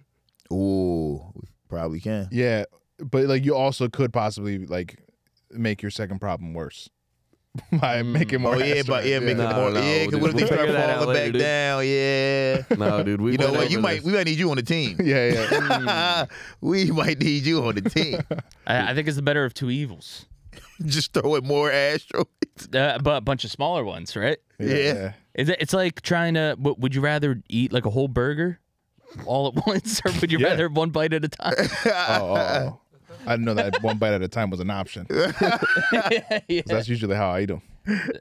Ooh, we probably can.
Yeah, but like you also could possibly like make your second problem worse by making more.
Oh yeah, but yeah,
asteroids.
make
No,
it more.
no,
yeah,
we'll
because
do-
what if they
we'll
start
figure that out
falling
later,
back
dude.
down? Yeah.
No, dude. We
You know
went
what? You
over
might
this.
we might need you on the team.
yeah, yeah.
Hmm.
we might need you on the team.
I, I think it's the better of two evils.
Just throw in more asteroids.
Uh, but a bunch of smaller ones, right?
Yeah.
Is it- It's like trying to. w- Would you rather eat like a whole burger all at once, or would you
Yeah.
rather have one bite at a time?
Oh, oh, oh. I didn't know that one bite at a time was an option. 'Cause
Yeah.
That's usually how I eat them.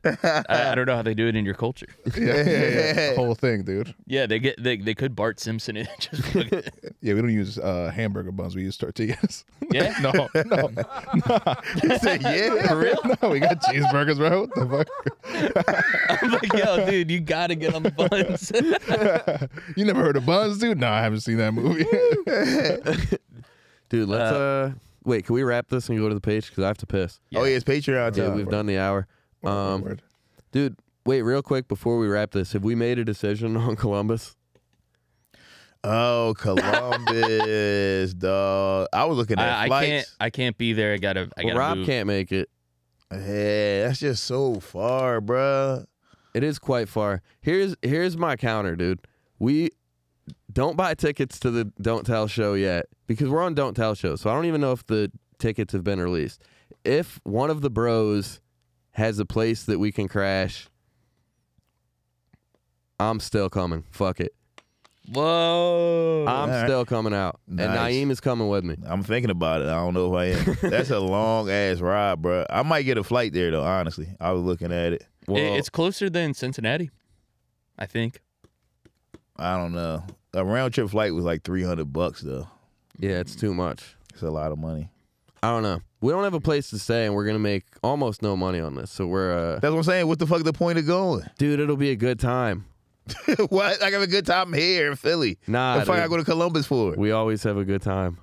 I, I don't know how they do it in your culture.
Yeah, yeah, yeah. Whole thing, dude.
Yeah, they get they, they could Bart Simpson it. Just fucking-
Yeah, we don't use uh, hamburger buns. We use tortillas.
Yeah?
no, no,
He said, yeah.
for real.
no. We got cheeseburgers, bro. What the fuck?
I'm like, yo, dude, you gotta get on the buns.
You never heard of buns, dude? No, I haven't seen that movie.
dude. Let's uh, wait. Can we wrap this and go to the page? Because I have to piss.
Oh yeah, it's Patreon
Yeah,
time.
we've done the hour. Um, Dude, wait, real quick before we wrap this, have we made a decision on Columbus?
oh Columbus, dog. I was looking at
I, I can't
flights.
I can't be there. I gotta I
Well,
gotta
Rob
move.
can't make it.
Yeah, that's just so far, bruh.
It is quite far. Here's here's my counter, dude. We don't buy tickets to the Don't Tell show yet because we're on Don't Tell show, so I don't even know if the tickets have been released. If one of the bros has a place that we can crash, I'm still coming. Fuck it.
Whoa.
I'm
Alright.
still coming out. And
Nice.
Naeem is coming with me.
I'm thinking about it. I don't know if I am. That's a long ass ride, bro. I might get a flight there though. Honestly, I was looking at it.
I-
Well,
it's closer than Cincinnati, I think.
I don't know. A round trip flight was like 300 bucks though.
yeah, it's too much.
It's a lot of money.
I don't know. We don't have a place to stay, and we're gonna make almost no money on this. So we're, uh,
That's what I'm saying. What the fuck the point of going?
dude, it'll be a good time.
what? I have a good time here in Philly.
Nah,
the fuck
dude.
I go to Columbus for?
We always have a good time.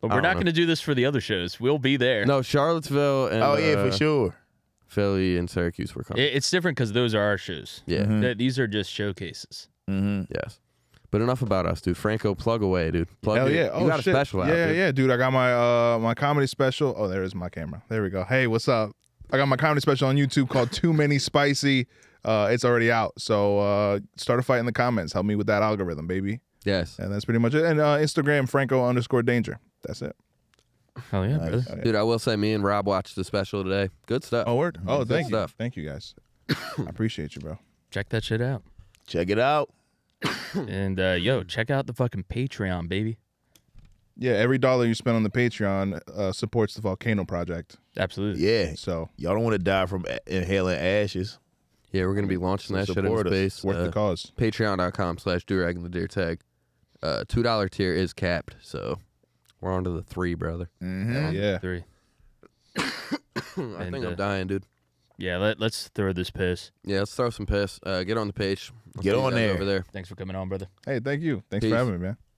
But
I
we're
don't
not
know.
going to do this for the other shows. We'll be there.
No, Charlottesville and
oh yeah,
uh,
for sure.
Philly and Syracuse were coming.
It- it's different because those are our shows.
yeah,
Th- these are just showcases.
Mm-hmm.
yes. But enough about us, dude. Franco, plug away, dude. Plug
Hell
your-
yeah!
you
Oh
got
shit!
a special out.
yeah,
dude.
yeah, dude. I got my uh my comedy special. Oh, there is my camera. There we go. Hey, what's up? I got my comedy special on YouTube called Too Many Spicy. Uh, it's already out. So uh, start a fight in the comments. Help me with that algorithm, baby.
Yes,
And that's pretty much it. And uh, Instagram Franco underscore Danger. That's it.
Oh, yeah, brother.
dude. I will say, me and Rob watched the special today. Good stuff.
Oh word. Oh, thank you.
stuff.
Thank you guys. I appreciate you, bro.
Check that shit out.
Check it out.
Hmm.
and uh, yo, check out the fucking Patreon, baby.
Yeah, every dollar you spend on the Patreon uh, supports the Volcano Project.
Absolutely.
Yeah,
So
y'all don't want to die from a- inhaling ashes.
Yeah, we're gonna be launching that shit in
Support us.
space.
worth the
Uh,
cause.
Patreon.com slash Durag and the Deer Tag. Uh, Two dollar tier is capped, so we're on to the three, brother. Mm.
One,
Yeah.
Three.
I
And,
think
uh,
I'm dying, dude.
Yeah, let, let's throw this piss.
Yeah, let's throw some piss. Uh, get on the page. I'll
Get
see you
on
guys
there.
over there.
Thanks for coming on, brother.
Hey, thank you. Thanks
Peace.
for having me, man.